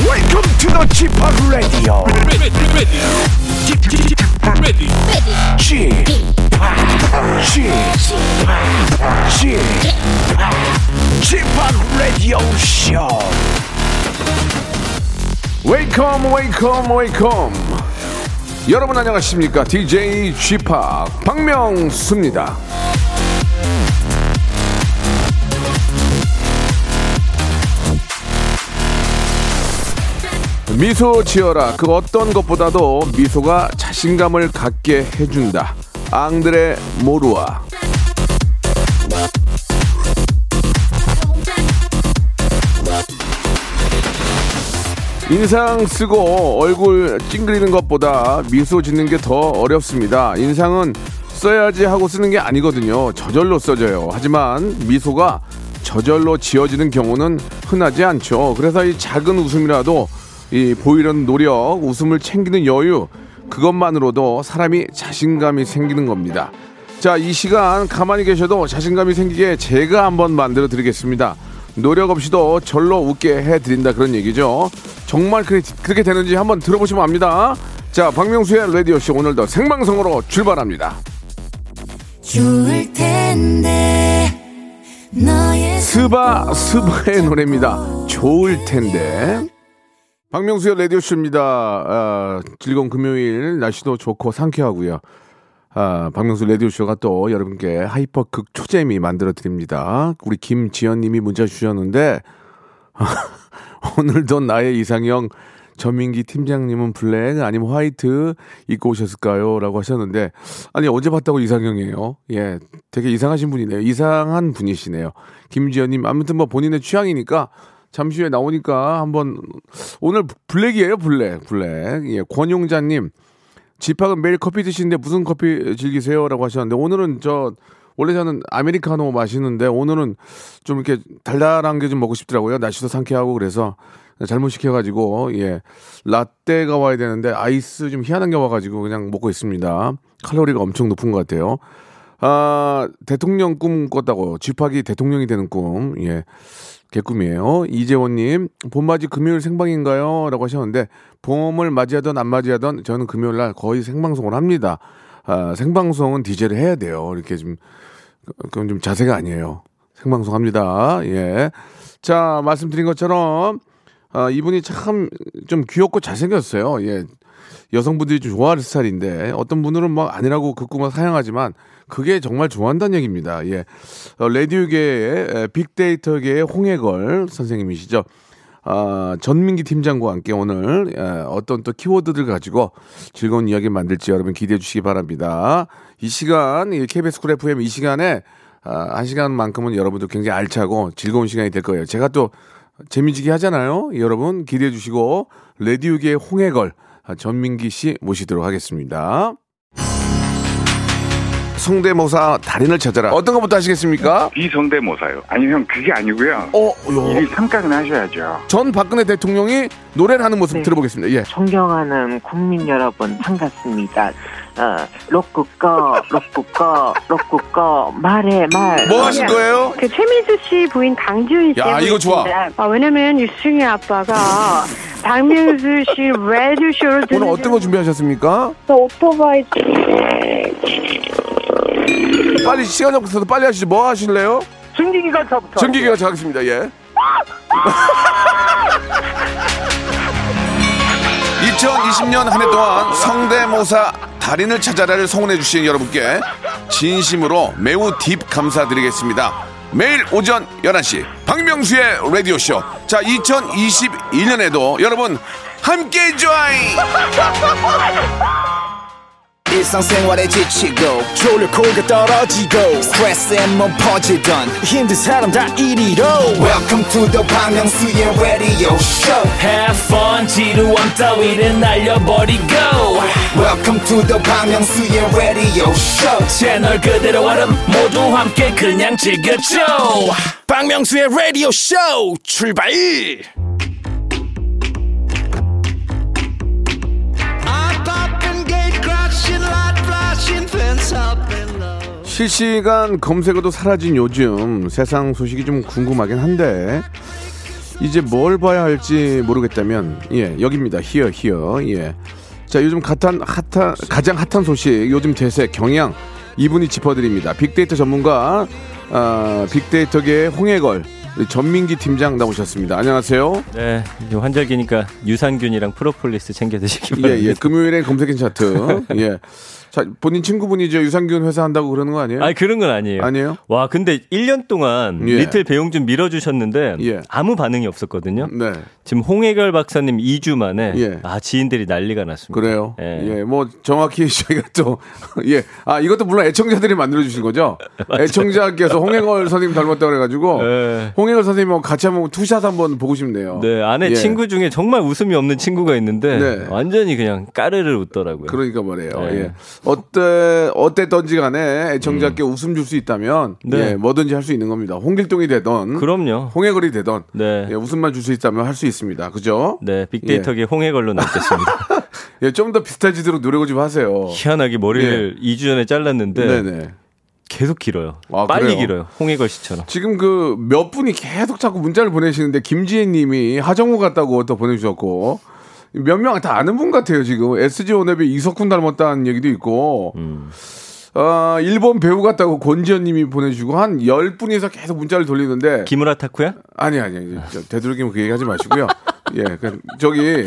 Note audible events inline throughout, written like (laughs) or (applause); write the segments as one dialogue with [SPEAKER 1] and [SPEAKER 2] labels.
[SPEAKER 1] to the Chip Radio.
[SPEAKER 2] ready, ready, ready, ready.
[SPEAKER 1] Chip, Chip, Chip, Chip Radio Show.
[SPEAKER 3] 웨이컴 웨이컴 웨이컴 여러분 안녕하십니까 DJ g p 박명수입니다 미소 지어라 그 어떤 것보다도 미소가 자신감을 갖게 해준다 앙드레 모루아 인상 쓰고 얼굴 찡그리는 것보다 미소 짓는 게 더 어렵습니다. 인상은 써야지 하고 쓰는 게 아니거든요. 저절로 써져요. 하지만 미소가 저절로 지어지는 경우는 흔하지 않죠. 그래서 이 작은 웃음이라도 이 보이려는 노력, 웃음을 챙기는 여유, 그것만으로도 사람이 자신감이 생기는 겁니다. 자, 이 시간 가만히 계셔도 자신감이 생기게 제가 한번 만들어 드리겠습니다. 노력 없이도 절로 웃게 해 드린다 그런 얘기죠. 정말 그리- 그렇게 되는지 한번 들어보시면 압니다. 자, 박명수의 라디오 쇼 오늘도 생방송으로 출발합니다.
[SPEAKER 4] 좋을 텐데 너의
[SPEAKER 3] 스바 스바의 노래입니다. 좋을 텐데. 박명수의 라디오 쇼입니다. 아, 즐거운 금요일 날씨도 좋고 상쾌하고요. 아, 박명수 라디오 쇼가 또 여러분께 하이퍼 극 초재미 만들어 드립니다. 우리 김지연님이 문자 주셨는데 (laughs) 오늘도 나의 이상형 전민기 팀장님은 블랙 아니면 화이트 입고 오셨을까요? 라고 하셨는데 아니 어제 봤다고 이상형이에요. 예, 되게 이상하신 분이네요. 이상한 분이시네요. 김지연님 아무튼 뭐 본인의 취향이니까 잠시 후에 나오니까 한번 오늘 블랙이에요 블랙 블랙 예 권용자님 집합은 매일 커피 드시는데 무슨 커피 즐기세요라고 하셨는데 오늘은 저 원래 저는 아메리카노 마시는데 오늘은 좀 이렇게 달달한 게 좀 먹고 싶더라고요. 날씨도 상쾌하고 그래서 잘못 시켜가지고 예 라떼가 와야 되는데 아이스 좀 희한한 게 와가지고 그냥 먹고 있습니다. 칼로리가 엄청 높은 것 같아요. 아 대통령 꿈 꿨다고 집합이 대통령이 되는 꿈 예. 개꿈이에요. 이재원님, 봄맞이 금요일 생방인가요? 라고 하셨는데, 봄을 맞이하던 안 맞이하던 저는 금요일 날 거의 생방송을 합니다. 아, 생방송은 DJ를 해야 돼요. 이렇게 좀, 그건 좀 자세가 아니에요. 생방송 합니다. 예. 자, 말씀드린 것처럼, 아, 이분이 참 좀 귀엽고 잘생겼어요. 예. 여성분들이 좀 좋아하는 스타일인데 어떤 분들은 막 아니라고 그 꿈을 사양하지만 그게 정말 좋아한다는 얘기입니다. 예. 어, 라디오계의 에, 빅데이터계의 홍해걸 선생님이시죠. 아, 전민기 팀장과 함께 오늘 에, 어떤 또 키워드들 가지고 즐거운 이야기 만들지 여러분 기대해 주시기 바랍니다. 이 시간 이 KBS 쿨 FM 이 시간에 아, 한 시간만큼은 여러분도 굉장히 알차고 즐거운 시간이 될 거예요. 제가 또 재미지게 하잖아요. 여러분 기대해 주시고 레디우계의 홍해걸 아, 전민기 씨 모시도록 하겠습니다. 성대모사 달인을 찾아라. 어떤 것부터 하시겠습니까?
[SPEAKER 5] 비성대모사요. 아니 형 그게 아니고요.
[SPEAKER 3] 어, 요.
[SPEAKER 5] 이 삼각은 하셔야죠.
[SPEAKER 3] 전 박근혜 대통령이 노래를 하는 모습
[SPEAKER 6] 네.
[SPEAKER 3] 들어보겠습니다. 예.
[SPEAKER 6] 존경하는 국민 여러분 반갑습니다. 어, 로꾸꺼 로꾸꺼 로꾸꺼 말해 말.
[SPEAKER 3] 뭐 하실 거예요?
[SPEAKER 7] 그 최민수 씨 부인 강지훈 씨.
[SPEAKER 3] 야, 이거 좋아.
[SPEAKER 7] 아, 왜냐면 유승희 아빠가
[SPEAKER 3] (laughs)
[SPEAKER 7] 박민수 씨 레드쇼를
[SPEAKER 3] 오늘 어떤 거 준비하셨습니까?
[SPEAKER 7] 오토바이
[SPEAKER 3] 빨리 시간 없어서 빨리 하시죠. 뭐 하실래요?
[SPEAKER 6] 승기기가 저부터.
[SPEAKER 3] 전기기가 정하겠습니다. (laughs) 예. 2020년 한 해 동안 성대모사 달인을 찾아라를 성원해 주신 여러분께 진심으로 매우 딥 감사드리겠습니다. 매일 오전 11시 박명수의 라디오쇼. 자, 2021년에도 여러분 함께 join!
[SPEAKER 8] 일상생활에 지치고, 졸려 코가 떨어지고, 스트레스에 몸 퍼지던, 힘든 사람 다 이리로. welcome to the Bang Myung-soo's radio show
[SPEAKER 9] Have fun 지루함 따위를 날려버리고
[SPEAKER 8] welcome to the Bang Myung-soo's radio show
[SPEAKER 9] 채널 그대로 얼음 모두 함께 그냥 즐겨줘
[SPEAKER 8] 박명수의 라디오 쇼 출발
[SPEAKER 3] 실시간 검색어도 사라진 요즘 세상 소식이 좀 궁금하긴 한데
[SPEAKER 8] 이제 뭘 봐야 할지 모르겠다면 예 여기입니다 히어 히어 예자 요즘 핫한 핫한 가장 핫한 소식 요즘 대세 경향 이분이 짚어드립니다 빅데이터 전문가 아 빅데이터계의 홍해걸 우리 전민기 팀장 나오셨습니다 안녕하세요
[SPEAKER 10] 네, 이제 환절기니까 유산균이랑 프로폴리스 챙겨 드시기
[SPEAKER 8] 예예
[SPEAKER 10] 바랍니다.
[SPEAKER 8] 금요일엔 검색인 차트 예자 본인 친구분이 저 유산균 회사 한다고 그러는 거 아니에요
[SPEAKER 10] 아니 그런 건 아니에요.
[SPEAKER 8] 아니에요?
[SPEAKER 10] 와, 근데 1년 동안
[SPEAKER 8] 예.
[SPEAKER 10] 리틀 배용준 밀어주셨는데
[SPEAKER 8] 예.
[SPEAKER 10] 아무 반응이 없었거든요.
[SPEAKER 8] 네
[SPEAKER 10] 지금 홍해결 박사님 2주 만에
[SPEAKER 8] 예.
[SPEAKER 10] 아 지인들이 난리가 났습니다.
[SPEAKER 8] 그래요.
[SPEAKER 10] 예.
[SPEAKER 8] 예. 뭐 정확히 (laughs) 저희가 또 예. 아 이것도 물론 애청자들이 만들어 주신 거죠. 애청자께서 홍행걸 선생님 닮았다고 그래가지고
[SPEAKER 10] 예.
[SPEAKER 8] 홍행걸 선생님하고 뭐 같이 한번 투샷 한번 보고 싶네요.
[SPEAKER 10] 네, 아내
[SPEAKER 8] 예.
[SPEAKER 10] 친구 중에 정말 웃음이 없는 친구가 있는데
[SPEAKER 8] 네.
[SPEAKER 10] 완전히 그냥 까르르 웃더라고요.
[SPEAKER 8] 그러니까 말이에요.
[SPEAKER 10] 예.
[SPEAKER 8] 예. 어때 어땠던지 간에 애청자께 웃음 줄 수 있다면
[SPEAKER 10] 네.
[SPEAKER 8] 예, 뭐든지 할 수 있는 겁니다. 홍길동이 되던
[SPEAKER 10] 럼요
[SPEAKER 8] 홍해걸이 되던
[SPEAKER 10] 네.
[SPEAKER 8] 예, 웃음만 줄 수 있다면 할 수 있습니다. 그죠?
[SPEAKER 10] 네, 빅데이터계 홍해걸로 남겠습니다.
[SPEAKER 8] 그렇죠? (laughs) 예, 좀 더 비슷해지도록 노력을 좀 하세요. 예.
[SPEAKER 10] 희한하게 머리를 2주 전에 잘랐는데
[SPEAKER 8] 네네.
[SPEAKER 10] 계속 길어요.
[SPEAKER 8] 아,
[SPEAKER 10] 빨리
[SPEAKER 8] 그래요?
[SPEAKER 10] 길어요. 홍해걸 씨처럼.
[SPEAKER 8] 지금 그 몇 분이 계속 자꾸 문자를 보내시는데 김지혜 님이 하정우 같다고 또 보내주셨고 몇 명 다 아는 분 같아요 지금 SG 온앱의 이석훈 닮았다는 얘기도 있고
[SPEAKER 10] 음.
[SPEAKER 8] 어, 일본 배우 같다고 권지현 님이 보내주고 한 10분이서 계속 문자를 돌리는데
[SPEAKER 10] 기무라 타쿠야?
[SPEAKER 8] 아니 아니 아니. 저, 되도록이면 그 얘기하지 마시고요 예 그냥 저기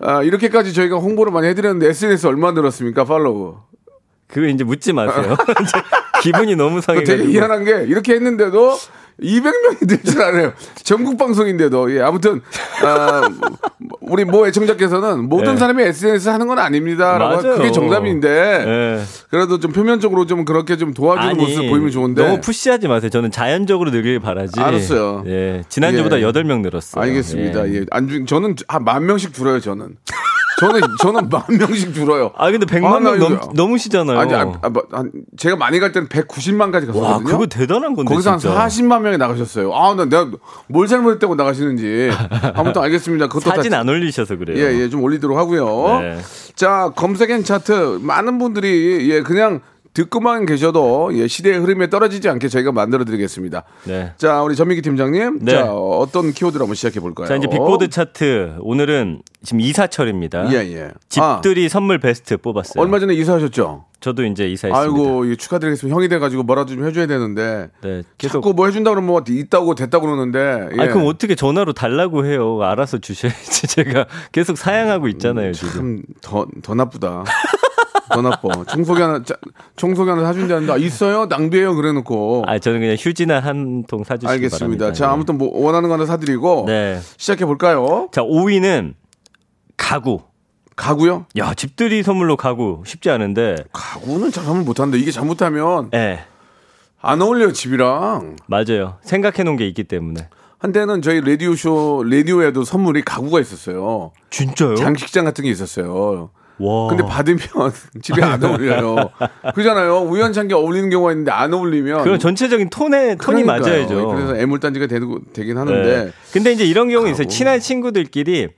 [SPEAKER 8] 아, 이렇게까지 저희가 홍보를 많이 해드렸는데 SNS 얼마 늘었습니까 팔로우
[SPEAKER 10] 그거 이제 묻지
[SPEAKER 8] (laughs)
[SPEAKER 10] 마세요. (laughs) 이제 기분이 너무
[SPEAKER 8] 그 되게
[SPEAKER 10] 상해가지고.
[SPEAKER 8] 희한한 게 이렇게 했는데도 200명이 늘줄 않아요. 전국 방송인데도 예 아무튼 아, 우리 모 애청자께서는 뭐 모든
[SPEAKER 10] 네.
[SPEAKER 8] 사람이 SNS 하는 건 아닙니다라고
[SPEAKER 10] 맞아요.
[SPEAKER 8] 그게 정답인데
[SPEAKER 10] 네.
[SPEAKER 8] 그래도 좀 표면적으로 좀 그렇게 좀 도와주는 모습 보이면 좋은데
[SPEAKER 10] 너무 푸시하지 마세요. 저는 자연적으로 늘길 바라지.
[SPEAKER 8] 알았어요.
[SPEAKER 10] 예, 지난주보다
[SPEAKER 8] 예.
[SPEAKER 10] 8명 늘었어요.
[SPEAKER 8] 알겠습니다. 예. 안 주, 저는 한 만 명씩 줄어요. 저는 저는 저는 만 명씩 줄어요.
[SPEAKER 10] 아, 근데 100만
[SPEAKER 8] 아, 나
[SPEAKER 10] 명
[SPEAKER 8] 이거-
[SPEAKER 10] 넘, 넘으시잖아요.
[SPEAKER 8] 아니, 아, 아, 뭐, 한- 제가 많이 갈 때는 190만까지 갔었거든요.
[SPEAKER 10] 와, 그거 대단한 건데.
[SPEAKER 8] 거기서
[SPEAKER 10] 진짜.
[SPEAKER 8] 한 40만 명이 나가셨어요. 아, 나 내가 뭘 잘못했다고 나가시는지. 아무튼 알겠습니다. 그것도
[SPEAKER 10] 사진
[SPEAKER 8] 다,
[SPEAKER 10] 안 올리셔서 그래요.
[SPEAKER 8] 예, 예, 좀 올리도록 하고요.
[SPEAKER 10] 네.
[SPEAKER 8] 자, 검색엔 차트 많은 분들이 예, 그냥 듣고만 계셔도 예, 시대의 흐름에 떨어지지 않게 저희가 만들어 드리겠습니다.
[SPEAKER 10] 네.
[SPEAKER 8] 자, 우리 전민기 팀장님.
[SPEAKER 10] 네.
[SPEAKER 8] 자, 어떤 키워드로 한번 시작해 볼까요?
[SPEAKER 10] 자, 이제 빅보드 차트. 오늘은 지금 이사철입니다.
[SPEAKER 8] 어? 예, 예. 아,
[SPEAKER 10] 집들이 선물 베스트 뽑았어요.
[SPEAKER 8] 얼마 전에 이사하셨죠?
[SPEAKER 10] 저도 이제 이사했습니다.
[SPEAKER 8] 아이고, 예, 축하드리겠습니다. 형이 돼 가지고 뭐라도 좀 해줘야 되는데.
[SPEAKER 10] 네, 계속
[SPEAKER 8] 자꾸 뭐 해준다 그러면 뭐 있다고 됐다고 그러는데. 예.
[SPEAKER 10] 아니, 그럼 어떻게 전화로 달라고 해요? 알아서 주셔야지. (laughs) 제가 계속 사양하고
[SPEAKER 8] 음,
[SPEAKER 10] 있잖아요, 지금.
[SPEAKER 8] 참 더 더 나쁘다. 더
[SPEAKER 10] (laughs)
[SPEAKER 8] 나빠. 청소기 하나 짜- 청소기 하나 사준다는데 아, 있어요? 낭비해요. 그래놓고.
[SPEAKER 10] 아, 저는 그냥 휴지나 한 통 사주시기
[SPEAKER 8] 알겠습니다.
[SPEAKER 10] 바랍니다.
[SPEAKER 8] 자 아무튼 뭐 원하는 거 하나 사드리고
[SPEAKER 10] 네.
[SPEAKER 8] 시작해 볼까요?
[SPEAKER 10] 자, 5위는 가구.
[SPEAKER 8] 가구요?
[SPEAKER 10] 야, 집들이 선물로 가구 쉽지 않은데.
[SPEAKER 8] 가구는 잘하면 못하는데 이게 잘못하면
[SPEAKER 10] 예.
[SPEAKER 8] 안 어울려요 집이랑.
[SPEAKER 10] 맞아요. 생각해 놓은 게 있기 때문에.
[SPEAKER 8] 한때는 저희 라디오 쇼 라디오에도 선물이 가구가 있었어요.
[SPEAKER 10] 진짜요?
[SPEAKER 8] 장식장 같은 게 있었어요.
[SPEAKER 10] 와.
[SPEAKER 8] 근데 받으면 (laughs) 집에 안 어울려요. 그잖아요. 우연찮게 어울리는 경우가 있는데 안 어울리면
[SPEAKER 10] 그런 전체적인 톤에 톤이
[SPEAKER 8] 그러니까요.
[SPEAKER 10] 맞아야죠.
[SPEAKER 8] 그래서 애물단지가 되고 되긴
[SPEAKER 10] 예.
[SPEAKER 8] 하는데
[SPEAKER 10] 근데 이제 이런 경우 있어요.
[SPEAKER 8] 가구.
[SPEAKER 10] 친한 친구들끼리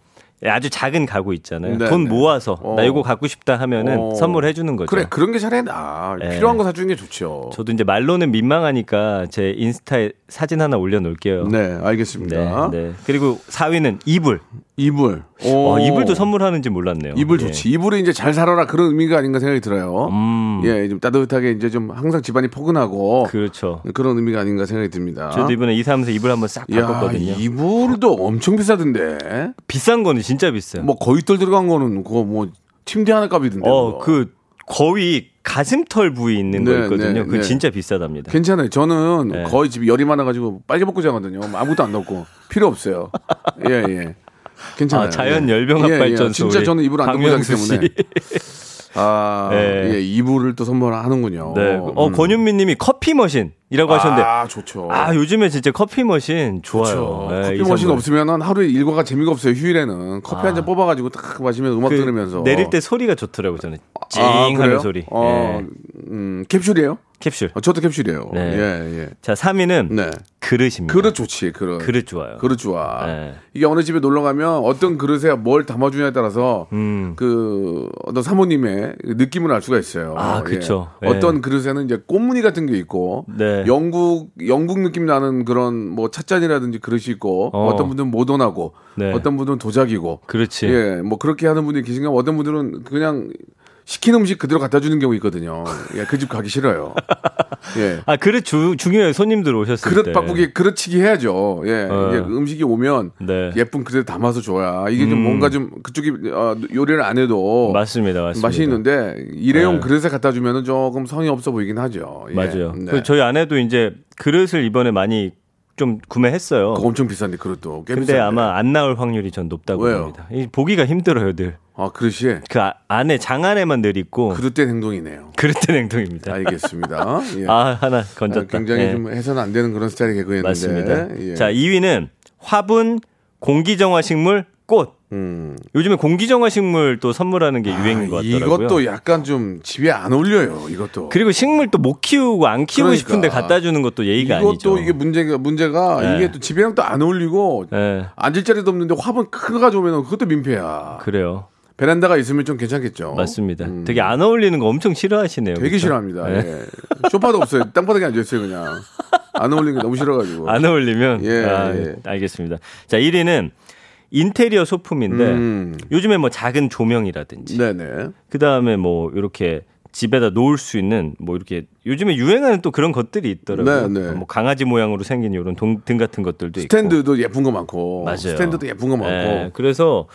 [SPEAKER 10] 아주 작은 가구 있잖아요.
[SPEAKER 8] 네,
[SPEAKER 10] 돈
[SPEAKER 8] 네.
[SPEAKER 10] 모아서
[SPEAKER 8] 어.
[SPEAKER 10] 나 이거 갖고 싶다 하면은
[SPEAKER 8] 어.
[SPEAKER 10] 선물해 주는 거죠.
[SPEAKER 8] 그래 그런 게 잘해 나
[SPEAKER 10] 예.
[SPEAKER 8] 필요한 거 사주는 게 좋죠.
[SPEAKER 10] 저도 이제 말로는 민망하니까 제 인스타에 사진 하나 올려 놓을게요.
[SPEAKER 8] 네 알겠습니다.
[SPEAKER 10] 네. 그리고 4위는 이불.
[SPEAKER 8] 이불.
[SPEAKER 10] 와,
[SPEAKER 8] 오.
[SPEAKER 10] 이불도 선물하는지 몰랐네요.
[SPEAKER 8] 이불
[SPEAKER 10] 예.
[SPEAKER 8] 좋지. 이불이 이제 잘 살아라 그런 의미가 아닌가 생각이 들어요.
[SPEAKER 10] 음.
[SPEAKER 8] 예, 좀 따뜻하게 이제 좀 항상 집안이 포근하고
[SPEAKER 10] 그렇죠.
[SPEAKER 8] 그... 런 의미가 아닌가 생각이 듭니다.
[SPEAKER 10] 저도 이번에 이사하면서 이불 한번 싹
[SPEAKER 8] 야,
[SPEAKER 10] 바꿨거든요.
[SPEAKER 8] 이불도 엄청 비싸던데.
[SPEAKER 10] 비싼 거는 진짜 비싸요.
[SPEAKER 8] 뭐 거의 똘 들어간 거는 그거 뭐 침대 하나 값이던데.
[SPEAKER 10] 어,
[SPEAKER 8] 그거.
[SPEAKER 10] 그 거의 가슴털 부위 있는
[SPEAKER 8] 뭐. 네,
[SPEAKER 10] 거 있거든요.
[SPEAKER 8] 네,
[SPEAKER 10] 그거
[SPEAKER 8] 네.
[SPEAKER 10] 진짜 비싸답니다.
[SPEAKER 8] 괜찮아요. 저는
[SPEAKER 10] 네.
[SPEAKER 8] 거의 집이 열이 많아가지고 빨개 벗고 자거든요. 뭐 아무것도 안 넣고 필요
[SPEAKER 10] (laughs)
[SPEAKER 8] 없어요. 예 예. 괜찮아요.
[SPEAKER 10] 아, 자연
[SPEAKER 8] 예.
[SPEAKER 10] 열병합
[SPEAKER 8] 예, 예.
[SPEAKER 10] 발전소.
[SPEAKER 8] 진짜
[SPEAKER 10] 우리
[SPEAKER 8] 저는 이불 안 넣고
[SPEAKER 10] 박명수
[SPEAKER 8] 자기
[SPEAKER 10] 씨.
[SPEAKER 8] 때문에. 아,
[SPEAKER 10] (laughs) 네.
[SPEAKER 8] 예, 이불을 또 선물하는군요.
[SPEAKER 10] 네. 어,
[SPEAKER 8] 음.
[SPEAKER 10] 권윤미 님이 커피 머신이라고 하셨는데
[SPEAKER 8] 아, 좋죠.
[SPEAKER 10] 아, 요즘에 진짜 커피 머신
[SPEAKER 8] 그렇죠.
[SPEAKER 10] 좋아요. 예,
[SPEAKER 8] 커피
[SPEAKER 10] 이
[SPEAKER 8] 머신
[SPEAKER 10] 선물.
[SPEAKER 8] 없으면 하루에 일과가 재미가 없어요. 휴일에는 커피 한 잔 뽑아가지고 딱 마시면 음악
[SPEAKER 10] 그
[SPEAKER 8] 들으면서 어.
[SPEAKER 10] 내릴 때 소리가 좋더라고요, 저는. 찡
[SPEAKER 8] 아, 그래요?
[SPEAKER 10] 하는 소리.
[SPEAKER 8] 어,
[SPEAKER 10] 예.
[SPEAKER 8] 음, 캡슐이에요?
[SPEAKER 10] 캡슐.
[SPEAKER 8] 어, 저도 캡슐이에요.
[SPEAKER 10] 네.
[SPEAKER 8] 예, 예.
[SPEAKER 10] 자, 3위는
[SPEAKER 8] 네.
[SPEAKER 10] 그릇입니다.
[SPEAKER 8] 그릇 좋지, 그릇.
[SPEAKER 10] 그릇 좋아요. 네. 예.
[SPEAKER 8] 그릇 좋아. 이게 어느 집에 놀러 가면 어떤 그릇에 뭘 담아주냐에 따라서
[SPEAKER 10] 음.
[SPEAKER 8] 그 어떤 사모님의 느낌을 알 수가 있어요.
[SPEAKER 10] 아,
[SPEAKER 8] 예.
[SPEAKER 10] 그쵸. 예.
[SPEAKER 8] 어떤 그릇에는 이제 꽃무늬 같은 게 있고
[SPEAKER 10] 네.
[SPEAKER 8] 영국 영국 느낌 나는 그런 뭐 찻잔이라든지 그릇이 있고
[SPEAKER 10] 어.
[SPEAKER 8] 어. 떤 분들은 모던하고
[SPEAKER 10] 네.
[SPEAKER 8] 어떤 분들은 도자기고
[SPEAKER 10] 그렇지.
[SPEAKER 8] 예, 뭐 그렇게 하는 분들이 계신가 하면 어떤 분들은 그냥 시킨 음식 그대로 갖다 주는 경우 있거든요. 예, 그 집 가기
[SPEAKER 10] (laughs)
[SPEAKER 8] 싫어요. 예.
[SPEAKER 10] 아 그릇 주, 중요해요. 손님들 오셨을 때.
[SPEAKER 8] 그릇 바꾸기 그릇치기 해야죠. 예.
[SPEAKER 10] 네. 어.
[SPEAKER 8] 이게 음식이 오면
[SPEAKER 10] 네.
[SPEAKER 8] 예쁜 그릇에 담아서 줘야 이게 좀
[SPEAKER 10] 음.
[SPEAKER 8] 뭔가 좀 그쪽이 어, 요리를 안 해도
[SPEAKER 10] 맞습니다,
[SPEAKER 8] 어.
[SPEAKER 10] 맞습니다.
[SPEAKER 8] 맛이 있는데 일회용
[SPEAKER 10] 네.
[SPEAKER 8] 그릇에 갖다 주면은 조금 성의 없어 보이긴 하죠. 예.
[SPEAKER 10] 맞아요.
[SPEAKER 8] 네.
[SPEAKER 10] 그 저희 아내도 이제 그릇을 이번에 많이 좀 구매했어요.
[SPEAKER 8] 그거 엄청 비싼데 그릇도. 꽤
[SPEAKER 10] 근데
[SPEAKER 8] 비싼데.
[SPEAKER 10] 아마 안 나올 확률이 전 높다고
[SPEAKER 8] 왜요?
[SPEAKER 10] 봅니다. 이 보기가 힘들어요, 늘.
[SPEAKER 8] 아 그릇이
[SPEAKER 10] 그 아- 안에 장 안에만 늘 있고
[SPEAKER 8] 그릇된 행동이네요.
[SPEAKER 10] 그릇된 행동입니다. (laughs)
[SPEAKER 8] 알겠습니다. 예.
[SPEAKER 10] 아 하나 건졌다.
[SPEAKER 8] 아, 굉장히
[SPEAKER 10] 예.
[SPEAKER 8] 좀 해서는 안 되는 그런 스타일의 개그였는데.
[SPEAKER 10] 네, 맞습니다.
[SPEAKER 8] 예.
[SPEAKER 10] 자, 2위는 화분, 공기정화식물, 꽃.
[SPEAKER 8] 음.
[SPEAKER 10] 요즘에 공기정화식물 또 선물하는 게 유행인 것 같더라고요.
[SPEAKER 8] 아, 이것도 약간 좀 집에 안 어울려요. 이것도.
[SPEAKER 10] 그리고 식물 또 못 키우고 안 키우고
[SPEAKER 8] 그러니까.
[SPEAKER 10] 싶은데 갖다 주는 것도 예의가
[SPEAKER 8] 이것도
[SPEAKER 10] 아니죠.
[SPEAKER 8] 이게 뭐- 문제가 문제가
[SPEAKER 10] 네.
[SPEAKER 8] 이게 또 집이랑 또 안 어울리고
[SPEAKER 10] 예,
[SPEAKER 8] 앉을 자리도 없는데 화분 큰거 가져오면 그것도 민폐야.
[SPEAKER 10] 그래요.
[SPEAKER 8] 베란다가 있으면 좀 괜찮겠죠.
[SPEAKER 10] 맞습니다.
[SPEAKER 8] 음.
[SPEAKER 10] 되게 안 어울리는 거 엄청 싫어하시네요.
[SPEAKER 8] 되게
[SPEAKER 10] 그렇죠?
[SPEAKER 8] 싫어합니다.
[SPEAKER 10] 예.
[SPEAKER 8] 예. 소파도 없어요. 땅바닥에 앉아 있어요 그냥. 안 어울리는 게 너무 싫어가지고.
[SPEAKER 10] 안 어울리면
[SPEAKER 8] 예,
[SPEAKER 10] 아,
[SPEAKER 8] 예.
[SPEAKER 10] 알겠습니다. 자, 1위는 인테리어 소품인데
[SPEAKER 8] 음.
[SPEAKER 10] 요즘에 뭐 작은 조명이라든지
[SPEAKER 8] 네네.
[SPEAKER 10] 그다음에 뭐 이렇게 집에다 놓을 수 있는 뭐 이렇게 요즘에 유행하는 또 그런 것들이 있더라고요.
[SPEAKER 8] 네, 네.
[SPEAKER 10] 뭐 강아지 모양으로 생긴 이런 동, 등 같은 것들도 있고.
[SPEAKER 8] 스탠드도 뭐 예쁜 거 많고.
[SPEAKER 10] 맞아요.
[SPEAKER 8] 스탠드도 예쁜 거 많고.
[SPEAKER 10] 예, 그래서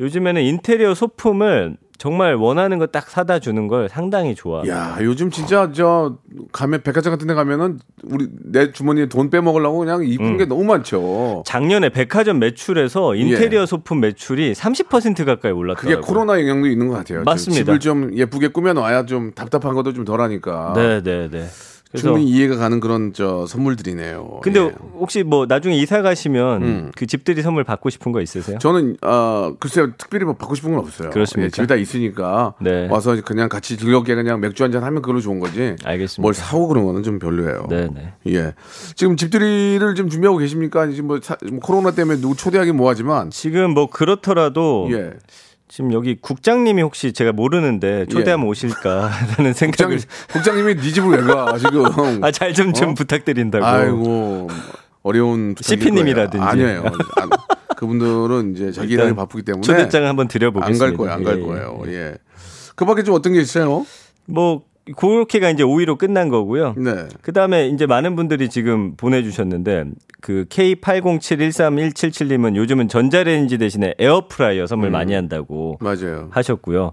[SPEAKER 10] 요즘에는 인테리어 소품을 정말 원하는 거 딱 사다 주는 걸 상당히 좋아.
[SPEAKER 8] 야 요즘 진짜 저 가면 백화점 같은 데 가면은 우리 내 주머니에 돈 빼먹으려고 그냥
[SPEAKER 10] 음.
[SPEAKER 8] 이쁜 게 너무 많죠.
[SPEAKER 10] 작년에 백화점 매출에서 인테리어 소품 매출이 30% 가까이
[SPEAKER 8] 예. 그게
[SPEAKER 10] 올랐더라고요.
[SPEAKER 8] 코로나 영향도 있는 것 같아요. 좀
[SPEAKER 10] 맞습니다.
[SPEAKER 8] 집을 좀 예쁘게 꾸며놔야 좀 답답한 것도 좀 덜하니까.
[SPEAKER 10] 네, 네, 네. 그래서
[SPEAKER 8] 충분히 이해가 가는 그런 저 선물들이네요.
[SPEAKER 10] 근데
[SPEAKER 8] 예.
[SPEAKER 10] 혹시 뭐 나중에 이사 가시면
[SPEAKER 8] 음.
[SPEAKER 10] 그 집들이 선물 받고 싶은 거 있으세요?
[SPEAKER 8] 저는 어 글쎄요 특별히 뭐 받고 싶은 건 없어요.
[SPEAKER 10] 그렇습니까?
[SPEAKER 8] 집에 다 있으니까
[SPEAKER 10] 네.
[SPEAKER 8] 와서 그냥 같이 즐겁게 그냥 맥주 한 잔 하면 그걸로 좋은 거지.
[SPEAKER 10] 알겠습니다.
[SPEAKER 8] 뭘 사고 그런 거는 좀 별로예요.
[SPEAKER 10] 네, 네.
[SPEAKER 8] 예. 지금 집들이를 지금 준비하고 계십니까? 아니, 지금 뭐, 사- 뭐 코로나 때문에 누구 초대하긴 뭐하지만
[SPEAKER 10] 지금 뭐 그렇더라도
[SPEAKER 8] 예.
[SPEAKER 10] 지금 여기 국장님이 혹시 제가 모르는데 초대하면 오실까라는
[SPEAKER 8] 예.
[SPEAKER 10] (laughs)
[SPEAKER 8] 국장,
[SPEAKER 10] 생각을
[SPEAKER 8] 국장님이 네 (laughs) 집을 왜 가? 지금.
[SPEAKER 10] 아 잘 좀 좀
[SPEAKER 8] 어?
[SPEAKER 10] 부탁드린다고.
[SPEAKER 8] 아이고
[SPEAKER 10] (laughs)
[SPEAKER 8] 어려운 부탁일 거예요.
[SPEAKER 10] CP님이라든지. (laughs)
[SPEAKER 8] 아니에요. 안- 그분들은 이제 자기 일하기
[SPEAKER 10] 일단
[SPEAKER 8] 바쁘기 때문에
[SPEAKER 10] 초대장을 한번 드려보겠습니다.
[SPEAKER 8] 안 갈 거예요. 안 갈
[SPEAKER 10] 예, 예,
[SPEAKER 8] 거예요. 예. 그밖에 좀 어떤 게 있어요?
[SPEAKER 10] 뭐 그렇게가 이제 5위로 끝난 거고요.
[SPEAKER 8] 네.
[SPEAKER 10] 그다음에 이제 많은 분들이 지금 보내주셨는데 그 K80713177님은 요즘은 전자레인지 대신에 에어프라이어 선물
[SPEAKER 8] 음.
[SPEAKER 10] 많이 한다고
[SPEAKER 8] 맞아요.
[SPEAKER 10] 하셨고요.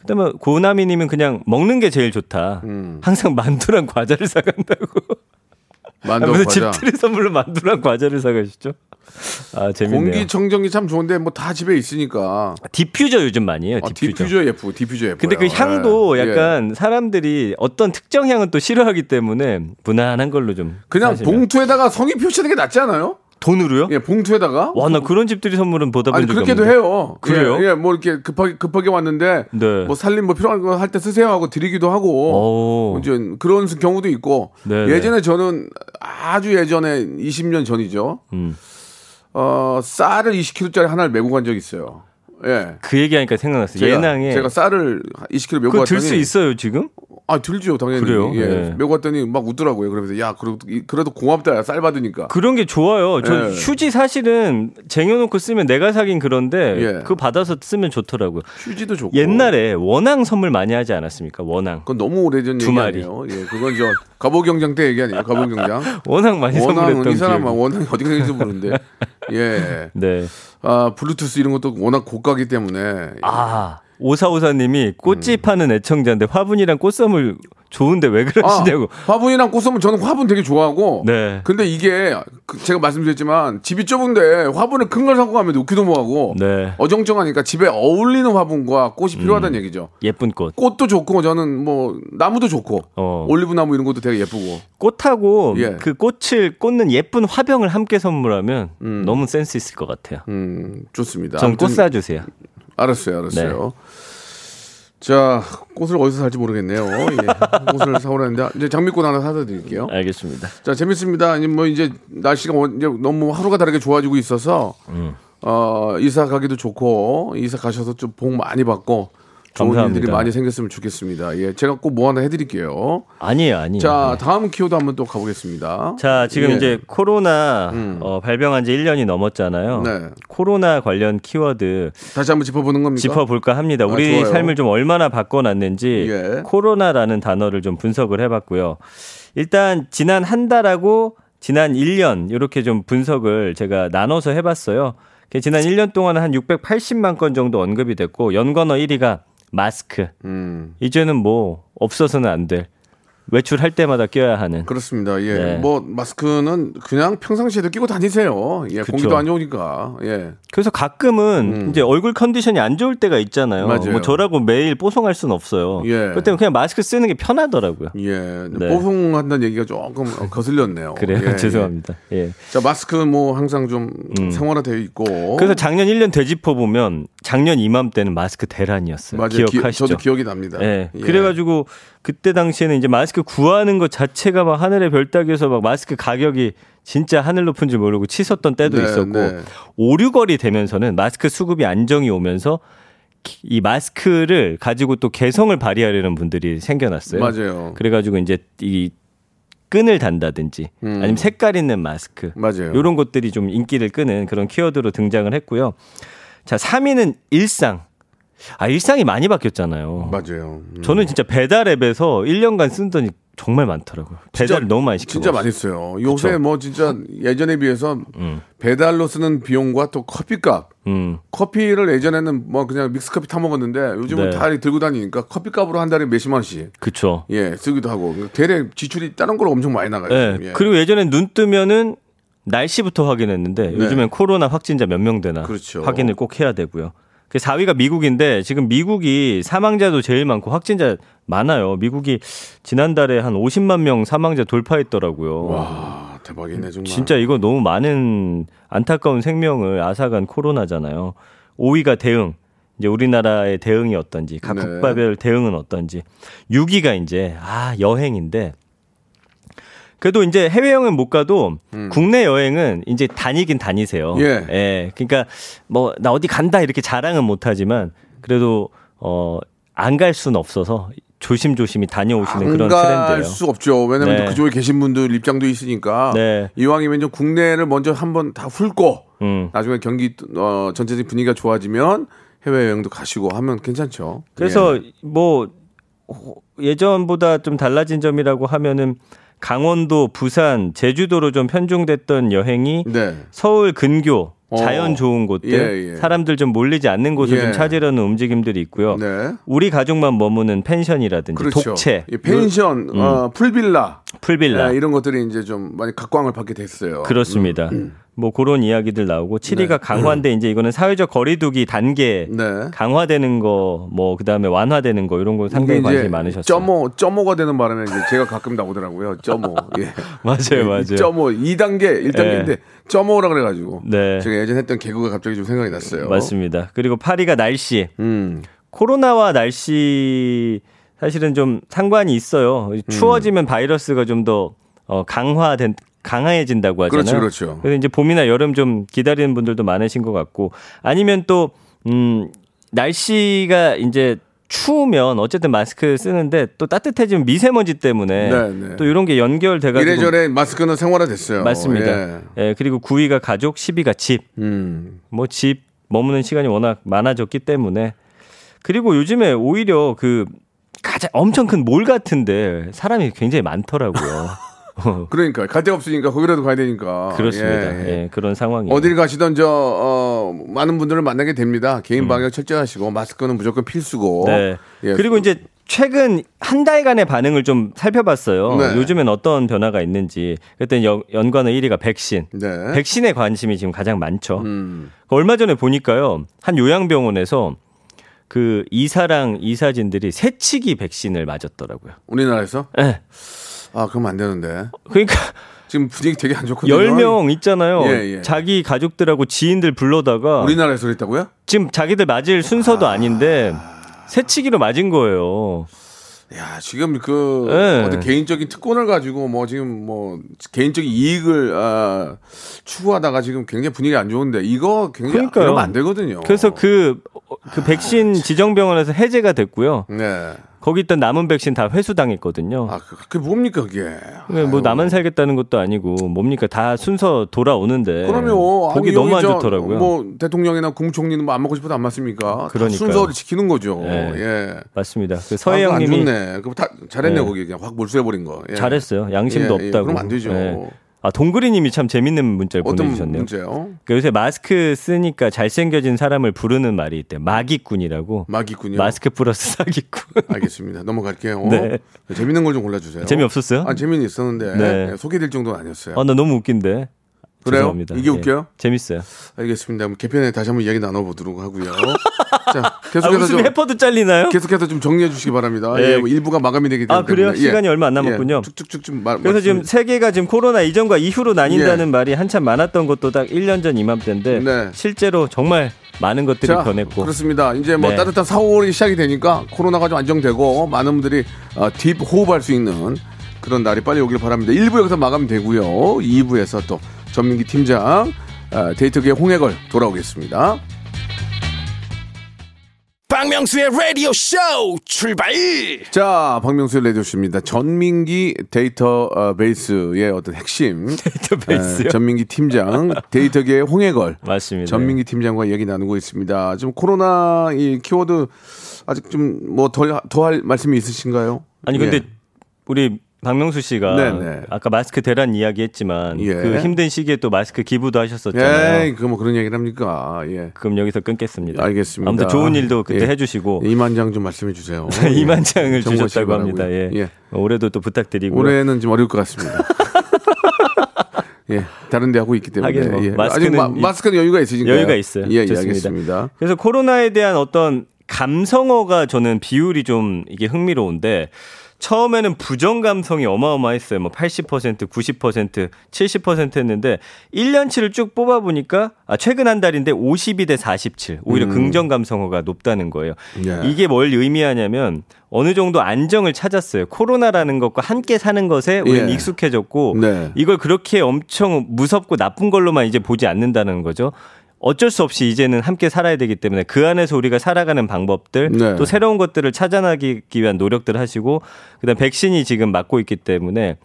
[SPEAKER 10] 그다음에 고나미님은 그냥 먹는 게 제일 좋다.
[SPEAKER 8] 음.
[SPEAKER 10] 항상 만두랑 과자를 사간다고.
[SPEAKER 8] 만두
[SPEAKER 10] 무슨
[SPEAKER 8] 과자.
[SPEAKER 10] 집들이 선물로 만두랑 과자를 사가시죠? 아 재밌네요.
[SPEAKER 8] 공기청정기 참 좋은데 뭐 다 집에 있으니까
[SPEAKER 10] 디퓨저 요즘 많이 해요.
[SPEAKER 8] 아,
[SPEAKER 10] 네, 디퓨저.
[SPEAKER 8] 디퓨저 예쁘고 디퓨저 예뻐요.
[SPEAKER 10] 근데 그 향도
[SPEAKER 8] 예.
[SPEAKER 10] 약간 사람들이 어떤 특정 향은 또 싫어하기 때문에 무난한 걸로 좀
[SPEAKER 8] 그냥
[SPEAKER 10] 사시면.
[SPEAKER 8] 봉투에다가 성의 표시하는 게 낫지 않아요?
[SPEAKER 10] 돈으로요?
[SPEAKER 8] 예, 봉투에다가
[SPEAKER 10] 와 나 그런 집들이 선물은 보다 본
[SPEAKER 8] 아니
[SPEAKER 10] 적이
[SPEAKER 8] 그렇게도
[SPEAKER 10] 없는데.
[SPEAKER 8] 해요.
[SPEAKER 10] 그래요?
[SPEAKER 8] 예, 예, 뭐 이렇게 급하게 급하게 왔는데
[SPEAKER 10] 네.
[SPEAKER 8] 뭐 살림 뭐 필요한 거 할 때 쓰세요 하고 드리기도
[SPEAKER 10] 오.
[SPEAKER 8] 하고 뭐 이제 그런 경우도 있고
[SPEAKER 10] 네네.
[SPEAKER 8] 예전에 저는 아주 예전에 20년 전이죠.
[SPEAKER 10] 음.
[SPEAKER 8] 어 쌀을 20kg짜리 하나를 메고 간 적이 있어요. 예.
[SPEAKER 10] 그 얘기하니까 생각났어요.
[SPEAKER 8] 제가,
[SPEAKER 10] 예낭에
[SPEAKER 8] 제가 쌀을 20kg 메고
[SPEAKER 10] 그거
[SPEAKER 8] 갔더니
[SPEAKER 10] 들 수 있어요 지금?
[SPEAKER 8] 아 들죠 당연히
[SPEAKER 10] 그래요?
[SPEAKER 8] 예.
[SPEAKER 10] 예.
[SPEAKER 8] 메고 갔더니 막 웃더라고요. 그러면서 야 그래도, 이- 그래도 고맙다 쌀 받으니까.
[SPEAKER 10] 그런 게 좋아요. 저
[SPEAKER 8] 예.
[SPEAKER 10] 휴지 사실은 쟁여놓고 쓰면 내가 사긴 그런데
[SPEAKER 8] 예. 어.
[SPEAKER 10] 그거 받아서 쓰면 좋더라고요.
[SPEAKER 8] 휴지도 좋고.
[SPEAKER 10] 옛날에 원앙 선물 많이 하지 않았습니까? 원앙.
[SPEAKER 8] 그건 너무 오래전
[SPEAKER 10] 두
[SPEAKER 8] 얘기
[SPEAKER 10] 마리.
[SPEAKER 8] 아니에요. 예, 그건 저 가보경장 때 얘기
[SPEAKER 10] (laughs)
[SPEAKER 8] 아니에요. 가보경장.
[SPEAKER 10] 원앙 많이
[SPEAKER 8] 원앙은
[SPEAKER 10] 선물했던
[SPEAKER 8] 이 사람
[SPEAKER 10] 기억이.
[SPEAKER 8] 원앙이 어디가 있는지 모르는데
[SPEAKER 10] (laughs)
[SPEAKER 8] 예.
[SPEAKER 10] 네.
[SPEAKER 8] 아 블루투스 이런 것도 워낙 고가기 때문에
[SPEAKER 10] 아 오사오사님이
[SPEAKER 8] 음.
[SPEAKER 10] 꽃집 하는 애청자인데 화분이랑 꽃선물 좋은데 왜
[SPEAKER 8] 아,
[SPEAKER 10] 그러시냐고.
[SPEAKER 8] 화분이랑 꽃선물 저는 화분 되게 좋아하고
[SPEAKER 10] 네.
[SPEAKER 8] 근데 이게 그 제가 말씀드렸지만 집이 좁은데 화분을 큰 걸 사고 가면 놓기도 뭐하고
[SPEAKER 10] 네. 음.
[SPEAKER 8] 어정쩡하니까 집에 어울리는 화분과 꽃이 필요하다는 얘기죠.
[SPEAKER 10] 예쁜 꽃.
[SPEAKER 8] 꽃도 좋고 저는 뭐 나무도 좋고
[SPEAKER 10] 어.
[SPEAKER 8] 올리브 나무 이런 것도 되게 예쁘고
[SPEAKER 10] 꽃하고
[SPEAKER 8] 예.
[SPEAKER 10] 그 꽃을 꽂는 예쁜 화병을 함께 선물하면 너무 센스 있을 것 같아요.
[SPEAKER 8] 음 좋습니다. 음.
[SPEAKER 10] 전
[SPEAKER 8] 아무튼
[SPEAKER 10] 꽃 사주세요.
[SPEAKER 8] 알았어요, 알았어요. 자, 꽃을 어디서 살지 모르겠네요. 예, 꽃을 사오라는데 이제 장미꽃 하나 사다 드릴게요.
[SPEAKER 10] 네. 알겠습니다.
[SPEAKER 8] 자, 재밌습니다. 아니, 뭐 이제 날씨가 원- 이제 너무 하루가 다르게 좋아지고 있어서
[SPEAKER 10] 음.
[SPEAKER 8] 어, 이사 가기도 좋고 이사 가셔서 좀 복 많이 받고 좋은
[SPEAKER 10] 감사합니다.
[SPEAKER 8] 일들이 많이 생겼으면 좋겠습니다. 예, 제가 꼭 뭐 하나 해드릴게요.
[SPEAKER 10] 아니에요, 아니에요.
[SPEAKER 8] 자, 다음 키워드 한번 또 가보겠습니다.
[SPEAKER 10] 예. 자, 지금
[SPEAKER 8] 예. 음.
[SPEAKER 10] 이제 코로나 어, 발병한 지 1년이 넘었잖아요.
[SPEAKER 8] 네.
[SPEAKER 10] 코로나 관련 키워드
[SPEAKER 8] 다시 한번 짚어보는 겁니까?
[SPEAKER 10] 짚어볼까 합니다. 우리
[SPEAKER 8] 좋아요.
[SPEAKER 10] 삶을 좀 얼마나 바꿔놨는지
[SPEAKER 8] 예.
[SPEAKER 10] 코로나라는 단어를 좀 분석을 해봤고요. 일단 지난 한 달하고 지난 1년 이렇게 좀 분석을 제가 나눠서 해봤어요. 그게 지난 1년 동안 한 680만 건 정도 언급이 됐고 연관어 1위가 마스크.
[SPEAKER 8] 음,
[SPEAKER 10] 이제는 뭐 없어서는 안 될. 외출할 때마다 껴야 하는.
[SPEAKER 8] 그렇습니다. 예,
[SPEAKER 10] 네.
[SPEAKER 8] 뭐 마스크는 그냥 평상시에도 끼고 다니세요. 예,
[SPEAKER 10] 그쵸.
[SPEAKER 8] 공기도 안 좋으니까. 예,
[SPEAKER 10] 그래서 가끔은 이제 얼굴 컨디션이 안 좋을 때가 있잖아요.
[SPEAKER 8] 음. 맞아요.
[SPEAKER 10] 뭐 저라고 매일 뽀송할 순 없어요.
[SPEAKER 8] 예.
[SPEAKER 10] 그때 그냥 마스크 쓰는 게 편하더라고요.
[SPEAKER 8] 예,
[SPEAKER 10] 네.
[SPEAKER 8] 뽀송한다는 얘기가 조금 어, 거슬렸네요.
[SPEAKER 10] 그래요. (laughs)
[SPEAKER 8] 예, 예.
[SPEAKER 10] 죄송합니다. 예.
[SPEAKER 8] 자 마스크 뭐 항상 좀 생활화되어 있고
[SPEAKER 10] 그래서 작년 1년 되짚어 보면 작년 이맘때는 마스크 대란이었어요.
[SPEAKER 8] 맞아요. 기-
[SPEAKER 10] 기억하시죠?
[SPEAKER 8] 저도 기억이 납니다.
[SPEAKER 10] 예.
[SPEAKER 8] 예.
[SPEAKER 10] 그래가지고 그때 당시에는 이제 마스크 구하는 것 자체가 막 하늘의 별따기에서 막 마스크 가격이 진짜 하늘 높은 줄 모르고 치솟던 때도
[SPEAKER 8] 네,
[SPEAKER 10] 있었고
[SPEAKER 8] 네.
[SPEAKER 10] 오류거리 되면서는 마스크 수급이 안정이 오면서 기- 이 마스크를 가지고 또 개성을 발휘하려는 분들이 생겨났어요.
[SPEAKER 8] 맞아요.
[SPEAKER 10] 그래가지고 이제 이 끈을 단다든지 아니면 색깔 있는 마스크
[SPEAKER 8] 음. 맞아요.
[SPEAKER 10] 이런 것들이 좀 인기를 끄는 그런 키워드로 등장을 했고요. 자, 3위는 일상. 아, 일상이 많이 바뀌었잖아요.
[SPEAKER 8] 맞아요. 음.
[SPEAKER 10] 저는 진짜 배달 앱에서 1년간 쓴 돈이 정말 많더라고요. 배달을 너무 많이 시키고.
[SPEAKER 8] 진짜 많이 써요. 요새
[SPEAKER 10] 그쵸.
[SPEAKER 8] 뭐 진짜 예전에 비해서 배달로 쓰는 비용과 또 커피값.
[SPEAKER 10] 음.
[SPEAKER 8] 커피를 예전에는 뭐 그냥 믹스커피 타 먹었는데 요즘은
[SPEAKER 10] 네.
[SPEAKER 8] 다 들고 다니니까 커피값으로 한 달에 몇십만 원씩
[SPEAKER 10] 그쵸.
[SPEAKER 8] 예 쓰기도 하고 대략 지출이 다른 걸로 엄청 많이 나가요.
[SPEAKER 10] 예.
[SPEAKER 8] 지금. 예.
[SPEAKER 10] 그리고 예전엔 눈 뜨면은 날씨부터 확인했는데 요즘엔 코로나 확진자 몇 명 되나
[SPEAKER 8] 네. 그렇죠.
[SPEAKER 10] 확인을 꼭 해야 되고요. 그 4위가 미국인데 지금 미국이 사망자도 제일 많고 확진자 많아요. 미국이 지난달에 한 50만 명 사망자 돌파했더라고요.
[SPEAKER 8] 와 대박이네 정말.
[SPEAKER 10] 진짜 이거 너무 많은 안타까운 생명을 앗아간 코로나잖아요. 5위가 대응. 이제 우리나라의 대응이 어떤지, 각
[SPEAKER 8] 네.
[SPEAKER 10] 국가별 대응은 어떤지. 6위가 이제 아 여행인데. 그래도 이제 해외 여행은 못 가도 국내 여행은 이제 다니긴 다니세요.
[SPEAKER 8] 음. 예.
[SPEAKER 10] 그러니까 뭐 나 어디 간다 이렇게 자랑은 못 하지만 그래도 어안 갈 수는 없어서 조심조심히 다녀오시는 그런 트렌드예요.
[SPEAKER 8] 안갈수 없죠. 왜냐면
[SPEAKER 10] 네.
[SPEAKER 8] 또 그쪽에 계신 분들 입장도 있으니까
[SPEAKER 10] 네.
[SPEAKER 8] 이왕이면 좀 국내를 먼저 한번 다 훑고
[SPEAKER 10] 음.
[SPEAKER 8] 나중에 경기 어, 전체적인 분위기가 좋아지면 해외 여행도 가시고 하면 괜찮죠.
[SPEAKER 10] 그래서
[SPEAKER 8] 예.
[SPEAKER 10] 뭐 호- 예전보다 좀 달라진 점이라고 하면은 강원도, 부산, 제주도로 좀 편중됐던 여행이
[SPEAKER 8] 네.
[SPEAKER 10] 서울 근교
[SPEAKER 8] 어.
[SPEAKER 10] 자연 좋은 곳들,
[SPEAKER 8] 예, 예.
[SPEAKER 10] 사람들 좀 몰리지 않는 곳을
[SPEAKER 8] 예.
[SPEAKER 10] 좀 찾으려는 움직임들이 있고요.
[SPEAKER 8] 네.
[SPEAKER 10] 우리 가족만 머무는 펜션이라든지
[SPEAKER 8] 그렇죠.
[SPEAKER 10] 어, 독채, 음.
[SPEAKER 8] 이 펜션, 어, 풀빌라
[SPEAKER 10] 풀빌라
[SPEAKER 8] 예, 이런 음, 것들이 이제 좀 많이 각광을 받게 됐어요.
[SPEAKER 10] 그렇습니다. 뭐 그런 이야기들 나오고
[SPEAKER 8] (clears throat)
[SPEAKER 10] 7위가 강화인데 이제 이거는 사회적 거리두기 단계
[SPEAKER 8] 네.
[SPEAKER 10] 강화되는 거 뭐 그다음에 완화되는 거 이런 거
[SPEAKER 8] 이게
[SPEAKER 10] 상당히
[SPEAKER 8] 이제
[SPEAKER 10] 관심이 많으셨어요.
[SPEAKER 8] 점오, 점오가 되는 바람에 이제 제가 가끔 나오더라고요. 점오. 예.
[SPEAKER 10] (laughs) (laughs) 맞아요, 맞아요. 예.
[SPEAKER 8] 점오. 2단계, 1단계인데 점오라 그래가지고.
[SPEAKER 10] 네.
[SPEAKER 8] 제가 예전 했던 개그가 갑자기 좀 생각이 났어요.
[SPEAKER 10] 맞습니다. 그리고 파리가 날씨.
[SPEAKER 8] 음.
[SPEAKER 10] 코로나와 날씨 사실은 좀 상관이 있어요. 추워지면 바이러스가 좀 더 어, 강화된 강화해진다고 하잖아요.
[SPEAKER 8] 그렇죠, 그렇죠.
[SPEAKER 10] 그래서 이제 봄이나 여름 좀 기다리는 분들도 많으신 것 같고 아니면 또 음, 날씨가 이제 추우면 어쨌든 마스크 쓰는데 또 따뜻해지면 미세먼지 때문에
[SPEAKER 8] 네, 네.
[SPEAKER 10] 또 이런 게 연결돼가지고
[SPEAKER 8] 이래저래 마스크는 생활화됐어요.
[SPEAKER 10] 맞습니다.
[SPEAKER 8] 예.
[SPEAKER 10] 예, 그리고 9위가 가족, 10위가 집.
[SPEAKER 8] 음.
[SPEAKER 10] 뭐 집 머무는 시간이 워낙 많아졌기 때문에 그리고 요즘에 오히려 그 가장 엄청 큰 몰 같은데 사람이
[SPEAKER 8] (laughs)
[SPEAKER 10] 굉장히 많더라고요. 어,
[SPEAKER 8] 그러니까 갈 데가 없으니까 거기라도 가야 되니까.
[SPEAKER 10] 그렇습니다.
[SPEAKER 8] 아, 예, 예.
[SPEAKER 10] 예, 그런 상황이에요.
[SPEAKER 8] 어딜 가시던 저 어, 많은 분들을 만나게 됩니다. 개인 방역 철저하시고 마스크는 무조건 필수고.
[SPEAKER 10] 음. 네.
[SPEAKER 8] 예.
[SPEAKER 10] 그리고 이제 최근 한 달간의 반응을 좀 살펴봤어요.
[SPEAKER 8] 네.
[SPEAKER 10] 요즘엔 어떤 변화가 있는지. 그때 연- 연관어 1위가 백신.
[SPEAKER 8] 네.
[SPEAKER 10] 백신에 관심이 지금 가장 많죠. 그
[SPEAKER 8] 음.
[SPEAKER 10] 얼마 전에 보니까요. 한 요양병원에서 그 이사랑 이사진들이 새치기 백신을 맞았더라고요.
[SPEAKER 8] 우리나라에서
[SPEAKER 10] 예.
[SPEAKER 8] 아 그럼 안 되는데
[SPEAKER 10] 그러니까
[SPEAKER 8] 지금 분위기 되게 안
[SPEAKER 10] (laughs)
[SPEAKER 8] 좋거든요.
[SPEAKER 10] 10명 있잖아요.
[SPEAKER 8] 예, 예.
[SPEAKER 10] 자기 가족들하고 지인들 불러다가
[SPEAKER 8] 우리나라에서 그랬다고요? 아.
[SPEAKER 10] 지금 자기들 맞을 순서도 아닌데 새치기로 맞은 거예요.
[SPEAKER 8] 야, 지금 그
[SPEAKER 10] 네.
[SPEAKER 8] 어떤 개인적인 특권을 가지고 뭐 지금 뭐 개인적인 이익을 아, 추구하다가 지금 굉장히 분위기 안 좋은데 이거 굉장히
[SPEAKER 10] 그러니까요.
[SPEAKER 8] 이러면 안 되거든요.
[SPEAKER 10] 그래서 그, 그
[SPEAKER 8] 아,
[SPEAKER 10] 백신 지정병원에서 해제가 됐고요.
[SPEAKER 8] 네.
[SPEAKER 10] 거기 있던 남은 백신 다 회수당했거든요.
[SPEAKER 8] 아, 그게 뭡니까 그게?
[SPEAKER 10] 네, 뭐 나만 살겠다는 것도 아니고 뭡니까 다 순서 돌아오는데
[SPEAKER 8] 그러면
[SPEAKER 10] 보기 너무 안 좋더라고요.
[SPEAKER 8] 뭐 대통령이나 국무총리는 뭐안 먹고 싶어도 안 맞습니까? 다
[SPEAKER 10] 그러니까요.
[SPEAKER 8] 순서를 지키는 거죠.
[SPEAKER 10] 네.
[SPEAKER 8] 예.
[SPEAKER 10] 맞습니다. 그
[SPEAKER 8] 아, 그거
[SPEAKER 10] 서해영님이
[SPEAKER 8] 안 좋네. 그거 다 잘했네
[SPEAKER 10] 네.
[SPEAKER 8] 거기 그냥 확 몰수해버린 거. 예.
[SPEAKER 10] 잘했어요. 양심도
[SPEAKER 8] 예, 예.
[SPEAKER 10] 없다고.
[SPEAKER 8] 그럼 안 되죠.
[SPEAKER 10] 예. 아 동그리님이 참 재밌는 문자를
[SPEAKER 8] 어떤
[SPEAKER 10] 보내주셨네요.
[SPEAKER 8] 문제요?
[SPEAKER 10] 그 요새 마스크 쓰니까 잘생겨진 사람을 부르는 말이 있대. 요 마기꾼이라고.
[SPEAKER 8] 마기꾼요.
[SPEAKER 10] 마스크 (laughs) 플러스 사기꾼.
[SPEAKER 8] 알겠습니다. 넘어갈게요.
[SPEAKER 10] 네.
[SPEAKER 8] 재밌는 걸 좀 골라주세요.
[SPEAKER 10] 재미없었어요?
[SPEAKER 8] 아, 재미는 있었는데
[SPEAKER 10] 네.
[SPEAKER 8] 예, 소개될 정도는 아니었어요.
[SPEAKER 10] 아, 나 너무 웃긴데.
[SPEAKER 8] 그래요?
[SPEAKER 10] 죄송합니다. 예.
[SPEAKER 8] 이게 웃겨요?
[SPEAKER 10] 재밌어요. 아,
[SPEAKER 8] 알겠습니다. 그럼 개편에 다시 한번 이야기 나눠보도록
[SPEAKER 10] (laughs)
[SPEAKER 8] 하고요. 자,
[SPEAKER 10] 아,
[SPEAKER 8] 계속해서
[SPEAKER 10] 웃음
[SPEAKER 8] 좀
[SPEAKER 10] 해퍼도 잘리나요?
[SPEAKER 8] 계속해서 좀 정리해 주시기 바랍니다.
[SPEAKER 10] 네.
[SPEAKER 8] 예, 뭐 일부가 마감이 되기 때문에
[SPEAKER 10] 아, 그래요? 시간이 얼마 안 남았군요.
[SPEAKER 8] 예, 쭉쭉쭉 좀 말.
[SPEAKER 10] 그래서 지금 세계가 지금 코로나 이전과 이후로 나뉜다는
[SPEAKER 8] 예.
[SPEAKER 10] 말이 한참 많았던 것도 딱 1년 전 이맘때인데
[SPEAKER 8] 네.
[SPEAKER 10] 실제로 정말 많은 것들이
[SPEAKER 8] 자,
[SPEAKER 10] 변했고
[SPEAKER 8] 그렇습니다. 이제 뭐
[SPEAKER 10] 네.
[SPEAKER 8] 따뜻한 4월이 시작이 되니까 코로나가 좀 안정되고 많은 분들이 어, 딥 호흡할 수 있는 그런 날이 빨리 오길 바랍니다. 1부 여기서 마감되고요. 2부에서 또 전민기 팀장 어, 데이터계 홍해걸 돌아오겠습니다.
[SPEAKER 3] 박명수의 라디오 쇼 출발
[SPEAKER 8] 자, 박명수의 레디오쇼입니다. 전민기 데이터베이스의 어떤 핵심.
[SPEAKER 10] (laughs) 데이터베이스요?
[SPEAKER 8] 에, 전민기 팀장, 데이터계의 홍해걸.
[SPEAKER 10] 맞습니다.
[SPEAKER 8] 네, 전민기 팀장과 이야기 나누고 있습니다. 지금 코로나 이 키워드 아직 좀 뭐 더 할 말씀이 있으신가요?
[SPEAKER 10] 아니 근데
[SPEAKER 8] 예.
[SPEAKER 10] 우리 박명수 씨가
[SPEAKER 8] 네네.
[SPEAKER 10] 아까 마스크 대란 이야기했지만
[SPEAKER 8] 예.
[SPEAKER 10] 그 힘든 시기에 또 마스크 기부도 하셨었잖아요.
[SPEAKER 8] 에이, 그뭐 그런 얘기를 합니까? 예.
[SPEAKER 10] 그럼 여기서 끊겠습니다.
[SPEAKER 8] 알겠습니다.
[SPEAKER 10] 아무튼 좋은 일도 그때
[SPEAKER 8] 예.
[SPEAKER 10] 해주시고
[SPEAKER 8] 이만장 좀 말씀해 주세요.
[SPEAKER 10] (laughs) 이만장을
[SPEAKER 8] 정모 씨
[SPEAKER 10] 주셨다고
[SPEAKER 8] 바라고요.
[SPEAKER 10] 합니다. 예.
[SPEAKER 8] 예.
[SPEAKER 10] 올해도 또 부탁드리고
[SPEAKER 8] 올해는 좀 어려울 것
[SPEAKER 10] (laughs)
[SPEAKER 8] 같습니다. 예, 다른 데 하고 있기 때문에
[SPEAKER 10] 하긴 뭐,
[SPEAKER 8] 예. 아직
[SPEAKER 10] 마스크는
[SPEAKER 8] 마,
[SPEAKER 10] 이-
[SPEAKER 8] 마스크는 여유가 있으니까
[SPEAKER 10] 여유가 있어요.
[SPEAKER 8] 예, 예,
[SPEAKER 10] 좋습니다.
[SPEAKER 8] 알겠습니다.
[SPEAKER 10] 그래서 코로나에 대한 어떤 감성어가 저는 비율이 좀 이게 흥미로운데 처음에는 부정 감성이 어마어마했어요. 뭐 80%, 90%, 70% 했는데 1년치를 쭉 뽑아 보니까 아 최근 한 달인데 52대 47. 오히려 긍정 감성어가 높다는 거예요.
[SPEAKER 8] 음. 예.
[SPEAKER 10] 이게 뭘 의미하냐면 어느 정도 안정을 찾았어요. 코로나라는 것과 함께 사는 것에 우리는
[SPEAKER 8] 예.
[SPEAKER 10] 익숙해졌고
[SPEAKER 8] 네.
[SPEAKER 10] 뭐 이걸 그렇게 엄청 무섭고 나쁜 걸로만 이제 보지 않는다는 거죠. 어쩔 수 없이 이제는 함께 살아야 되기 때문에 그 안에서 우리가 살아가는 방법들
[SPEAKER 8] 네.
[SPEAKER 10] 또 새로운 것들을 찾아나기 위한 노력들을 하시고 그다음 백신이 지금 맞고 있기 때문에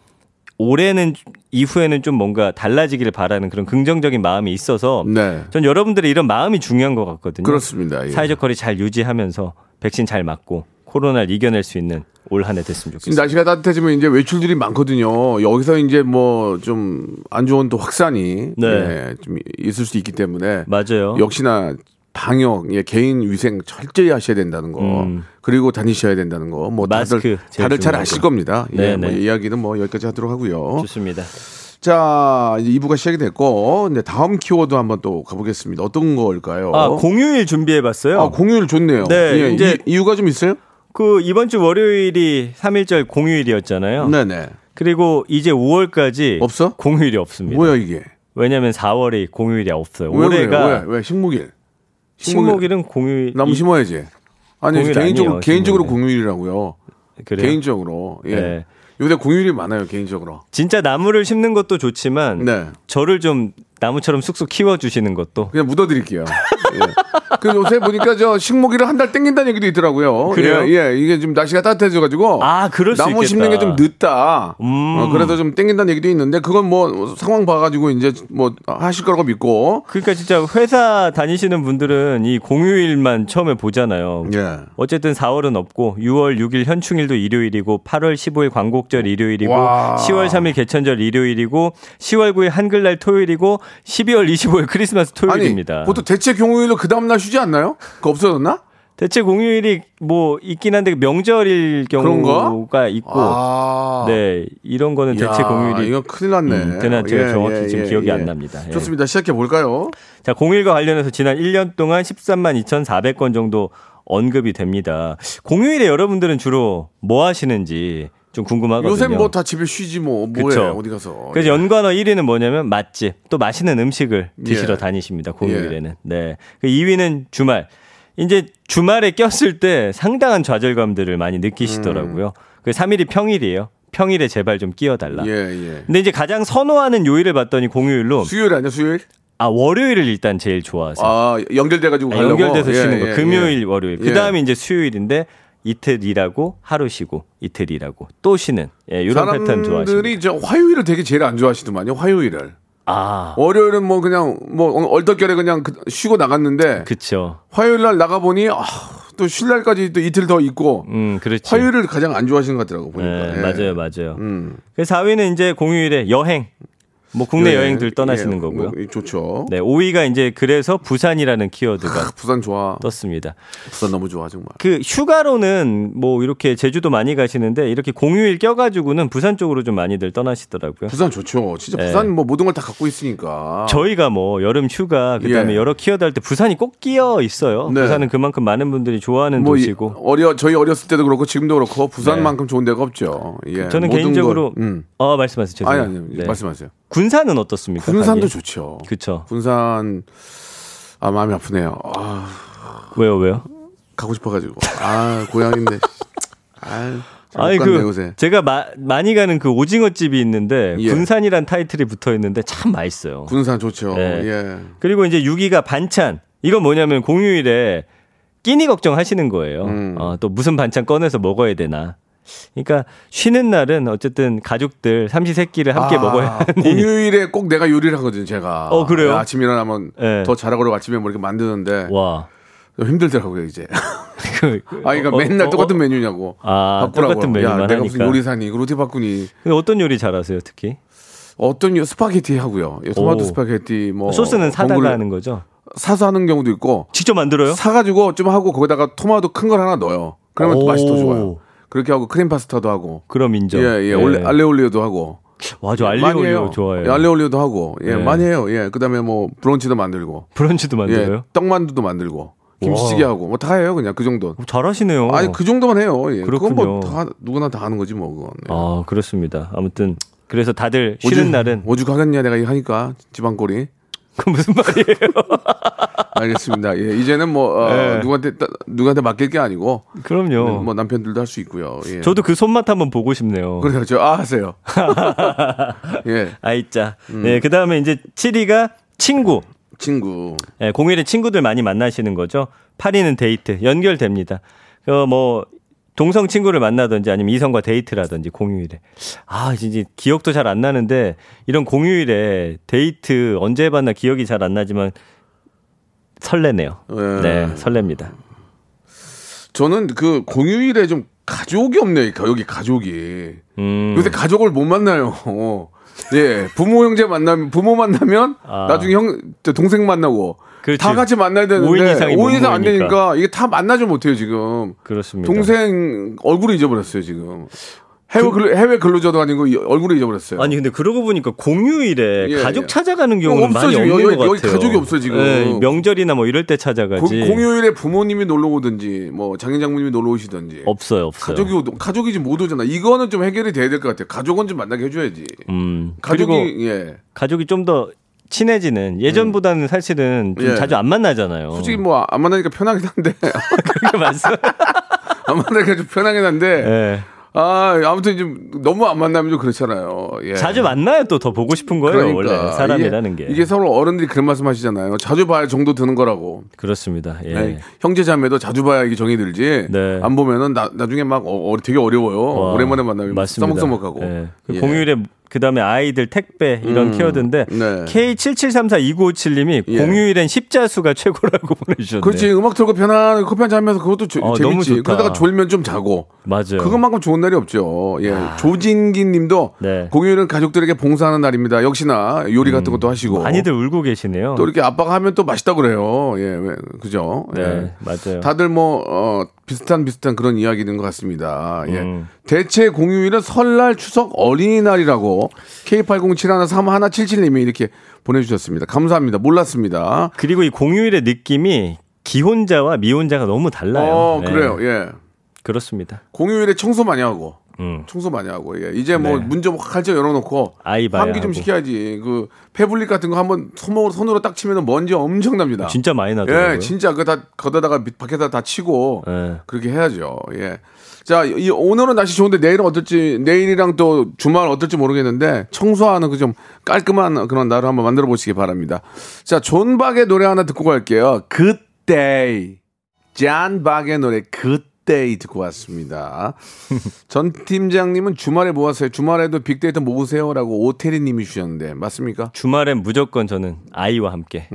[SPEAKER 10] 올해는 이후에는 좀 뭔가 달라지기를 바라는 그런 긍정적인 마음이 있어서
[SPEAKER 8] 네.
[SPEAKER 10] 전 여러분들의 이런 마음이 중요한 것 같거든요.
[SPEAKER 8] 그렇습니다. 예.
[SPEAKER 10] 사회적 거리 잘 유지하면서 백신 잘 맞고 코로나를 이겨낼 수 있는 올 한 해 됐으면
[SPEAKER 8] 지금
[SPEAKER 10] 좋겠습니다.
[SPEAKER 8] 날씨가 따뜻해지면 이제 외출들이 많거든요. 여기서 이제 뭐 좀 안 좋은 또 확산이
[SPEAKER 10] 네.
[SPEAKER 8] 예, 좀 있을 수 있기 때문에
[SPEAKER 10] 맞아요.
[SPEAKER 8] 역시나 방역, 예, 개인 위생 철저히 하셔야 된다는 거,
[SPEAKER 10] 음.
[SPEAKER 8] 그리고 다니셔야 된다는 거, 뭐 다들
[SPEAKER 10] 마스크 제일
[SPEAKER 8] 다들 잘
[SPEAKER 10] 중요하고.
[SPEAKER 8] 아실 겁니다. 예,
[SPEAKER 10] 네,
[SPEAKER 8] 뭐
[SPEAKER 10] 네.
[SPEAKER 8] 이야기는 뭐 여기까지 하도록 하고요.
[SPEAKER 10] 좋습니다.
[SPEAKER 8] 자, 이제 2부가 시작이 됐고, 이제 다음 키워드 한번 또 가보겠습니다. 어떤 걸까요?
[SPEAKER 10] 아 공휴일 준비해봤어요.
[SPEAKER 8] 아, 공휴일 좋네요.
[SPEAKER 10] 네,
[SPEAKER 8] 예,
[SPEAKER 10] 이제-
[SPEAKER 8] 이, 이유가 좀 있어요?
[SPEAKER 10] 그 이번 주 월요일이 3일절 공휴일이었잖아요.
[SPEAKER 8] 네네.
[SPEAKER 10] 그리고 이제 5월까지
[SPEAKER 8] 없어?
[SPEAKER 10] 공휴일이 없습니다.
[SPEAKER 8] 뭐야 이게?
[SPEAKER 10] 왜냐면 4월이 공휴일이 없어요.
[SPEAKER 8] 왜 그래요?
[SPEAKER 10] 올해가
[SPEAKER 8] 왜, 왜 식목일?
[SPEAKER 10] 식목일은 공휴일
[SPEAKER 8] 나무 심어야지. 아니
[SPEAKER 10] 공휴일
[SPEAKER 8] 개인적으로
[SPEAKER 10] 아니에요,
[SPEAKER 8] 개인적으로
[SPEAKER 10] 식목일.
[SPEAKER 8] 공휴일이라고요.
[SPEAKER 10] 그래요.
[SPEAKER 8] 개인적으로 예.
[SPEAKER 10] 네.
[SPEAKER 8] 요새 공휴일이 많아요 개인적으로.
[SPEAKER 10] 진짜 나무를 심는 것도 좋지만
[SPEAKER 8] 네.
[SPEAKER 10] 저를 좀 나무처럼 쑥쑥 키워 주시는 것도
[SPEAKER 8] 그냥 묻어드릴게요. 예. 그 요새 보니까 저 식목일을 한 달 땡긴다는 얘기도 있더라고요.
[SPEAKER 10] 그래요?
[SPEAKER 8] 예, 예. 이게 지금 날씨가 따뜻해져가지고
[SPEAKER 10] 아, 그럴 수
[SPEAKER 8] 나무
[SPEAKER 10] 있겠다.
[SPEAKER 8] 심는 게 좀 늦다.
[SPEAKER 10] 음.
[SPEAKER 8] 어, 그래서 좀 땡긴다는 얘기도 있는데 그건 뭐 상황 봐가지고 이제 뭐 하실 거라고 믿고.
[SPEAKER 10] 그러니까 진짜 회사 다니시는 분들은 이 공휴일만 처음에 보잖아요.
[SPEAKER 8] 예.
[SPEAKER 10] 어쨌든 4월은 없고 6월 6일 현충일도 일요일이고 8월 15일 광곡절 일요일이고
[SPEAKER 8] 와.
[SPEAKER 10] 10월 3일 개천절 일요일이고 10월 9일 한글날 토요일이고 12월 25일 크리스마스 토요일입니다.
[SPEAKER 8] 아니 보통 대체 공휴일로 그 다음 날 쉬지 않나요? 그거 없어졌나?
[SPEAKER 10] 대체 공휴일이 뭐 있긴 한데 명절일 경우가 있고
[SPEAKER 8] 아.
[SPEAKER 10] 네 이런 거는 대체
[SPEAKER 8] 야,
[SPEAKER 10] 공휴일이
[SPEAKER 8] 이거 큰일 났네. 예,
[SPEAKER 10] 음, 되나 제가 정확히 지금 기억이 안 납니다. 예.
[SPEAKER 8] 좋습니다. 시작해 볼까요?
[SPEAKER 10] 자, 공휴일과 관련해서 지난 1년 동안 13만 2,400건 정도 언급이 됩니다. 공휴일에 여러분들은 주로 뭐 하시는지 좀 궁금하거든요.
[SPEAKER 8] 요새 뭐 다 집에 쉬지 뭐 뭐해
[SPEAKER 10] 그쵸.
[SPEAKER 8] 어디 예. 가서.
[SPEAKER 10] 그래서 연관어 1위는 뭐냐면 맛집, 또 맛있는 음식을 드시러
[SPEAKER 8] 예.
[SPEAKER 10] 다니십니다. 공휴일에는. 네. 그 2위는 주말. 이제 주말에 꼈을 때 상당한 좌절감들을 많이 느끼시더라고요. 그 3일이 평일이에요. 평일에 제발 좀 끼워달라.
[SPEAKER 8] 음. 예, 예.
[SPEAKER 10] 근데 이제 가장 선호하는 요일을 봤더니 공휴일로
[SPEAKER 8] 수요일 아니야, 수요일?
[SPEAKER 10] 아 월요일을 일단 제일 좋아하세요.
[SPEAKER 8] 아, 연결돼가지고
[SPEAKER 10] 아,
[SPEAKER 8] 가려고?
[SPEAKER 10] 연결돼서
[SPEAKER 8] 예,
[SPEAKER 10] 쉬는 거.
[SPEAKER 8] 예, 예.
[SPEAKER 10] 금요일, 월요일.
[SPEAKER 8] 예.
[SPEAKER 10] 그 다음에 이제 수요일인데 이틀 일하고 하루 쉬고 이틀 일하고 또 쉬는 예, 이런 패턴 좋아하시는.
[SPEAKER 8] 사람들이 저 화요일을 되게 제일 안 좋아하시더만요. 화요일을.
[SPEAKER 10] 아,
[SPEAKER 8] 월요일은 뭐 그냥 뭐 얼떨결에 그냥 그- 쉬고 나갔는데
[SPEAKER 10] 그쵸.
[SPEAKER 8] 화요일 날 나가 보니 아, 또 쉴 날까지 또 이틀 더 있고
[SPEAKER 10] 음, 그렇지.
[SPEAKER 8] 화요일을 가장 안 좋아하시는 것 같더라고 보니까.
[SPEAKER 10] 예,
[SPEAKER 8] 예.
[SPEAKER 10] 맞아요, 맞아요.
[SPEAKER 8] 음.
[SPEAKER 10] 그 4위는 이제 공휴일에 여행. 뭐 국내
[SPEAKER 8] 예,
[SPEAKER 10] 여행, 들 떠나시는
[SPEAKER 8] 예,
[SPEAKER 10] 거고요.
[SPEAKER 8] 뭐 좋죠.
[SPEAKER 10] 네, 5위가 이제 그래서 부산이라는 키워드가
[SPEAKER 8] 부산 좋아.
[SPEAKER 10] 떴습니다.
[SPEAKER 8] 부산 너무 좋아 정말.
[SPEAKER 10] 그 휴가로는 뭐 이렇게 제주도 많이 가시는데 이렇게 공휴일 껴가지고는 부산 쪽으로 좀 많이들 떠나시더라고요.
[SPEAKER 8] 부산 좋죠. 진짜
[SPEAKER 10] 예.
[SPEAKER 8] 부산 뭐 모든 걸 다 갖고 있으니까.
[SPEAKER 10] 네. 저희가 뭐 여름 휴가 그다음에
[SPEAKER 8] 아. 예.
[SPEAKER 10] 여러 키워드 할 때 부산이 꼭 끼어 있어요.
[SPEAKER 8] 네.
[SPEAKER 10] 부산은 그만큼 많은 분들이 좋아하는
[SPEAKER 8] 뭐 이-
[SPEAKER 10] 도시고. 네.
[SPEAKER 8] 어려 저희 어렸을 때도 그렇고 지금도 그렇고 부산만큼 좋은 데가 없죠. 예,
[SPEAKER 10] 그 저는
[SPEAKER 8] 모든
[SPEAKER 10] 개인적으로
[SPEAKER 8] 걸, 음.
[SPEAKER 10] 어 말씀하세요.
[SPEAKER 8] 아니
[SPEAKER 10] 죄송해요.
[SPEAKER 8] 아니
[SPEAKER 10] 네.
[SPEAKER 8] 말씀하세요.
[SPEAKER 10] 군산은 어떻습니까?
[SPEAKER 8] 군산도 좋죠.
[SPEAKER 10] 그렇죠.
[SPEAKER 8] 군산 아 마음이 아프네요. 아
[SPEAKER 10] 왜요 왜요?
[SPEAKER 8] 가고 싶어가지고 아
[SPEAKER 10] (laughs)
[SPEAKER 8] 고향인데 아
[SPEAKER 10] 아니 그
[SPEAKER 8] 그 요새.
[SPEAKER 10] 제가 마- 많이 가는 그 오징어 집이 있는데
[SPEAKER 8] 예.
[SPEAKER 10] 군산이란 타이틀이 붙어 있는데 참 맛있어요.
[SPEAKER 8] 군산 좋죠.
[SPEAKER 10] 네.
[SPEAKER 8] 예.
[SPEAKER 10] 그리고 이제 6위가 반찬. 이건 뭐냐면 공휴일에 끼니 걱정하시는 거예요.
[SPEAKER 8] 음.
[SPEAKER 10] 어, 또 무슨 반찬 꺼내서 먹어야 되나. 그러니까 쉬는 날은 어쨌든 가족들 삼시세끼를 함께
[SPEAKER 8] 아, (laughs)
[SPEAKER 10] 먹어야 하니.
[SPEAKER 8] 공휴일에 꼭 내가 요리를 하거든요, 제가. 네,
[SPEAKER 10] 어, 그래요?
[SPEAKER 8] 아침 일어나면
[SPEAKER 10] 예.
[SPEAKER 8] 더 잘하고 아침에 뭐 이렇게 만드는데
[SPEAKER 10] 와.
[SPEAKER 8] 좀 힘들더라고요, 이제. (laughs)
[SPEAKER 10] 그- 그-
[SPEAKER 8] 아니, 그러니까
[SPEAKER 10] 어,
[SPEAKER 8] 맨날
[SPEAKER 10] 어,
[SPEAKER 8] 똑같은
[SPEAKER 10] 어.
[SPEAKER 8] 메뉴냐고.
[SPEAKER 10] 아,
[SPEAKER 8] 바꾸라고.
[SPEAKER 10] 똑같은
[SPEAKER 8] 야,
[SPEAKER 10] 메뉴만
[SPEAKER 8] 내가 무슨
[SPEAKER 10] 하니까.
[SPEAKER 8] 요리사니? 이걸 어떻게 바꾸니?
[SPEAKER 10] 근데 어떤 요리 잘하세요, 특히?
[SPEAKER 8] 어떤 요- 스파게티 하고요. 요 토마토
[SPEAKER 10] 오.
[SPEAKER 8] 스파게티 뭐
[SPEAKER 10] 소스는 사다가
[SPEAKER 8] 몽골-
[SPEAKER 10] 하는 거죠?
[SPEAKER 8] 사서 하는 경우도 있고
[SPEAKER 10] 직접 만들어요?
[SPEAKER 8] 사가지고 좀 하고 거기다가 토마토 큰 걸 하나 넣어요. 그러면 또
[SPEAKER 10] 오.
[SPEAKER 8] 맛이 더 좋아요. 그렇게 하고 크림 파스타도 하고
[SPEAKER 10] 그럼 인정. 네.
[SPEAKER 8] 예예 올레, 알레올리오도 하고
[SPEAKER 10] 와, 아, 저
[SPEAKER 8] 많이 해요.
[SPEAKER 10] 알리오리오 좋아해요.
[SPEAKER 8] 예, 알레올리오도 하고 예
[SPEAKER 10] 예.
[SPEAKER 8] 많이 해요. 예 그다음에 뭐 브런치도 만들고
[SPEAKER 10] 브런치도 만들어요?
[SPEAKER 8] 예 떡만두도 만들고 김치찌개 하고 뭐 다 해요 그냥 그 정도.
[SPEAKER 10] 어, 잘하시네요.
[SPEAKER 8] 아니 그 정도만 해요. 예. 그건
[SPEAKER 10] 그렇군요.
[SPEAKER 8] 뭐다 누구나 다 하는 거지 뭐 그건. 예.
[SPEAKER 10] 아, 그렇습니다. 아무튼 그래서 다들 쉬는
[SPEAKER 8] 오죽-
[SPEAKER 10] 날은
[SPEAKER 8] 오죽하겠냐 내가 이거 하니까 지방골이.
[SPEAKER 10] 그 무슨 말이에요? (laughs)
[SPEAKER 8] 알겠습니다. 예, 이제는 뭐 어,
[SPEAKER 10] 예.
[SPEAKER 8] 누구한테 따- 누구한테 맡길 게 아니고
[SPEAKER 10] 그럼요.
[SPEAKER 8] 뭐 남편들도 할 수 있고요. 예.
[SPEAKER 10] 저도 그 손맛 한번 보고 싶네요.
[SPEAKER 8] 그래요. 저 아
[SPEAKER 10] (laughs)
[SPEAKER 8] 하세요. 예,
[SPEAKER 10] 아이짜. 네, 그 다음에 이제 7위가 친구.
[SPEAKER 8] 친구.
[SPEAKER 10] 예, 공휴일에 친구들 많이 만나시는 거죠. 8위는 데이트. 연결됩니다. 어, 뭐, 동성 친구를 만나든지 아니면 이성과 데이트라든지 공휴일에. 아, 이제 기억도 잘 안 나는데 이런 공휴일에 데이트 언제 해봤나 기억이 잘 안 나지만 설레네요.
[SPEAKER 8] 예.
[SPEAKER 10] 네, 설렙니다.
[SPEAKER 8] 저는 그 공휴일에 좀 가족이 없네요. 여기 가족이.
[SPEAKER 10] 음.
[SPEAKER 8] 요새 가족을 못 만나요. (laughs) 예, 부모 형제 만나면 부모 만나면
[SPEAKER 10] 아.
[SPEAKER 8] 나중에 형 저 동생 만나고
[SPEAKER 10] 그렇지.
[SPEAKER 8] 다 같이 만나야 되는데
[SPEAKER 10] 오인 이상이 못
[SPEAKER 8] 오인 이상 안
[SPEAKER 10] 모이니까.
[SPEAKER 8] 되니까 이게 다 만나지 못해요 지금.
[SPEAKER 10] 그렇습니다.
[SPEAKER 8] 동생 얼굴을 잊어버렸어요 지금. 해외 근로, 해외 근로자도 아니고 이- 얼굴을 잊어버렸어요.
[SPEAKER 10] 그 아니 근데 그러고 보니까 공휴일에
[SPEAKER 8] 예,
[SPEAKER 10] 가족
[SPEAKER 8] 예.
[SPEAKER 10] 찾아가는 경우는
[SPEAKER 8] 없어,
[SPEAKER 10] 많이
[SPEAKER 8] 지금.
[SPEAKER 10] 없는
[SPEAKER 8] 여기-
[SPEAKER 10] 것
[SPEAKER 8] 여기
[SPEAKER 10] 같아요.
[SPEAKER 8] 가족이 없어, 지금.
[SPEAKER 10] 명절이나 뭐 이럴 때 찾아가지.
[SPEAKER 8] 고- 공휴일에 부모님이 놀러 오든지 뭐 장인 장모님이 놀러 오시든지
[SPEAKER 10] 없어요, 없어요.
[SPEAKER 8] 가족이 오, 가족이 지금 못 오잖아. 이거는 좀 해결이 돼야 될 것 같아요. 가족은 좀 만나게 해줘야지.
[SPEAKER 10] 음.
[SPEAKER 8] 가족이
[SPEAKER 10] 그리고
[SPEAKER 8] 예
[SPEAKER 10] 가족이 좀 더 친해지는 예전보다는 사실은 좀
[SPEAKER 8] 예.
[SPEAKER 10] 자주 안 만나잖아요.
[SPEAKER 8] 솔직히 뭐 안 만나니까 편하긴 한데
[SPEAKER 10] (laughs)
[SPEAKER 8] (laughs)
[SPEAKER 10] 그렇게 말씀.
[SPEAKER 8] 안 만나니까 좀 편하긴 한데
[SPEAKER 10] 예.
[SPEAKER 8] 아 아무튼 좀 너무 안 만나면 좀 그렇잖아요. 예. 그러니까
[SPEAKER 10] 자주 만나야 또 더 보고 싶은 거예요, 원래 사람이라는
[SPEAKER 8] 이게,
[SPEAKER 10] 게.
[SPEAKER 8] 이게 서로 어른들이 그런 말씀하시잖아요. 자주 봐야 정도 드는 거라고.
[SPEAKER 10] 그렇습니다. 예.
[SPEAKER 8] 아니, 형제 자매도 자주 봐야 이게 정이 들지.
[SPEAKER 10] 네.
[SPEAKER 8] 안 보면은 나, 나중에 막 어, 어, 되게 어려워요.
[SPEAKER 10] 와,
[SPEAKER 8] 오랜만에 만나면 막
[SPEAKER 10] 맞습니다.
[SPEAKER 8] 써먹써먹하고.
[SPEAKER 10] 예. 그
[SPEAKER 8] 예. 음,
[SPEAKER 10] 공휴일에 그다음에 아이들 택배 이런 키워드인데
[SPEAKER 8] 네.
[SPEAKER 10] K77342957님이
[SPEAKER 8] 예.
[SPEAKER 10] 공휴일엔 십자수가 최고라고 (laughs) 보내주셨네요.
[SPEAKER 8] 그렇지 음악 틀고 편안하게 커피 한잔 하면서 그것도 조-
[SPEAKER 10] 어, 너무
[SPEAKER 8] 재밌지.
[SPEAKER 10] 좋다.
[SPEAKER 8] 그러다가 졸면 좀 자고.
[SPEAKER 10] 맞아요.
[SPEAKER 8] 그것만큼 좋은 날이 없죠. 예. 조진기 님도
[SPEAKER 10] 네.
[SPEAKER 8] 공휴일은 가족들에게 봉사하는 날입니다. 역시나 요리 같은 것도 하시고.
[SPEAKER 10] 음. 많이들 울고 계시네요.
[SPEAKER 8] 뭐 또 이렇게 아빠가 하면 또 맛있다 그래요. 예. 왜, 그죠?
[SPEAKER 10] 네,
[SPEAKER 8] 예.
[SPEAKER 10] 맞아요.
[SPEAKER 8] 다들 뭐, 어, 비슷한 비슷한 그런 이야기인 것 같습니다. 예.
[SPEAKER 10] 음.
[SPEAKER 8] 대체 공휴일은 설날, 추석, 어린이날이라고 K80713177님이 이렇게 보내주셨습니다. 감사합니다. 몰랐습니다.
[SPEAKER 10] 그리고 이 공휴일의 느낌이 기혼자와 미혼자가 너무 달라요.
[SPEAKER 8] 어,
[SPEAKER 10] 네,
[SPEAKER 8] 그래요. 예.
[SPEAKER 10] 그렇습니다.
[SPEAKER 8] 공휴일에 청소 많이 하고 청소 많이 하고 예. 이제 뭐
[SPEAKER 10] 음. 네.
[SPEAKER 8] 문좀 활짝 열어놓고
[SPEAKER 10] 아이 봐야
[SPEAKER 8] 환기 좀
[SPEAKER 10] 하고.
[SPEAKER 8] 시켜야지. 그 패블릭 같은 거 한번 손으로 손으로 딱 치면은 먼지 엄청납니다.
[SPEAKER 10] 진짜 많이 나더라고요.
[SPEAKER 8] 예, 진짜 그 다 걷다가 밑- 밖에다 다 치고 그렇게 해야죠. 예. 자, 이 오늘은 날씨 좋은데 내일은 어떨지 내일이랑 또 주말 어떨지 모르겠는데 청소하는 그 좀 깔끔한 그런 날을 한번 만들어 보시기 바랍니다. 자, 존박의 노래 하나 듣고 갈게요. 그때 잔박의 노래 그때 듣고
[SPEAKER 10] (laughs)
[SPEAKER 8] 왔습니다. 전 팀장님은 주말에 뭐 하세요? 주말에도 빅데이터 모으세요라고 오태리 님이 주셨는데 맞습니까? 음.
[SPEAKER 10] 주말엔 무조건 저는 아이와 함께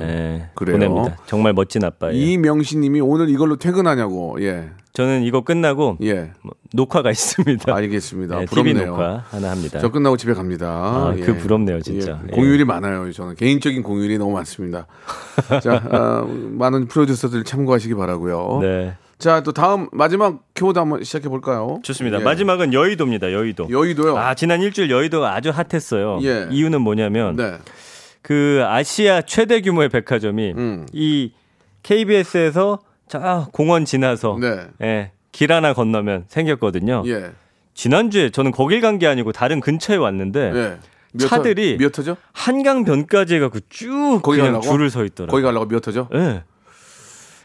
[SPEAKER 10] 예,
[SPEAKER 8] 그래요?
[SPEAKER 10] 보냅니다. 정말 멋진 아빠예요.
[SPEAKER 8] 이명신 님이 오늘 이걸로 퇴근하냐고. 예.
[SPEAKER 10] 저는 이거 끝나고
[SPEAKER 8] 예.
[SPEAKER 10] 뭐, 녹화가 있습니다.
[SPEAKER 8] 알겠습니다.
[SPEAKER 10] 예, TV
[SPEAKER 8] 부럽네요.
[SPEAKER 10] 녹화 하나 합니다.
[SPEAKER 8] 저 끝나고 집에 갑니다.
[SPEAKER 10] 아, 그 부럽네요, 진짜.
[SPEAKER 8] 예. 공휴일이 많아요. 저는 개인적인 공휴일이 너무 많습니다.
[SPEAKER 10] (laughs)
[SPEAKER 8] 자, 아, 많은 프로듀서들 참고하시기 바라고요.
[SPEAKER 10] 네.
[SPEAKER 8] 자, 또 다음 마지막 키워드 한번 시작해 볼까요?
[SPEAKER 10] 좋습니다. 마지막은 여의도입니다. 여의도.
[SPEAKER 8] 예. 여의도요.
[SPEAKER 10] 아 지난 일주일 여의도가 아주 핫했어요.
[SPEAKER 8] 예.
[SPEAKER 10] 이유는 뭐냐면
[SPEAKER 8] 네.
[SPEAKER 10] 그 아시아 최대 규모의 백화점이
[SPEAKER 8] 음.
[SPEAKER 10] 이 KBS에서 저 공원 지나서
[SPEAKER 8] 네.
[SPEAKER 10] 예, 길 하나 건너면 생겼거든요.
[SPEAKER 8] 예.
[SPEAKER 10] 지난주에 저는 거길 간 게 아니고 다른 근처에 왔는데
[SPEAKER 8] 예.
[SPEAKER 10] 차들이
[SPEAKER 8] 몇 터죠?
[SPEAKER 10] 한강변까지 해갖고 쭉
[SPEAKER 8] 거기
[SPEAKER 10] 그냥
[SPEAKER 8] 가려고?
[SPEAKER 10] 줄을 서 있더라고요.
[SPEAKER 8] 거기 가려고 몇 터죠?
[SPEAKER 10] 예.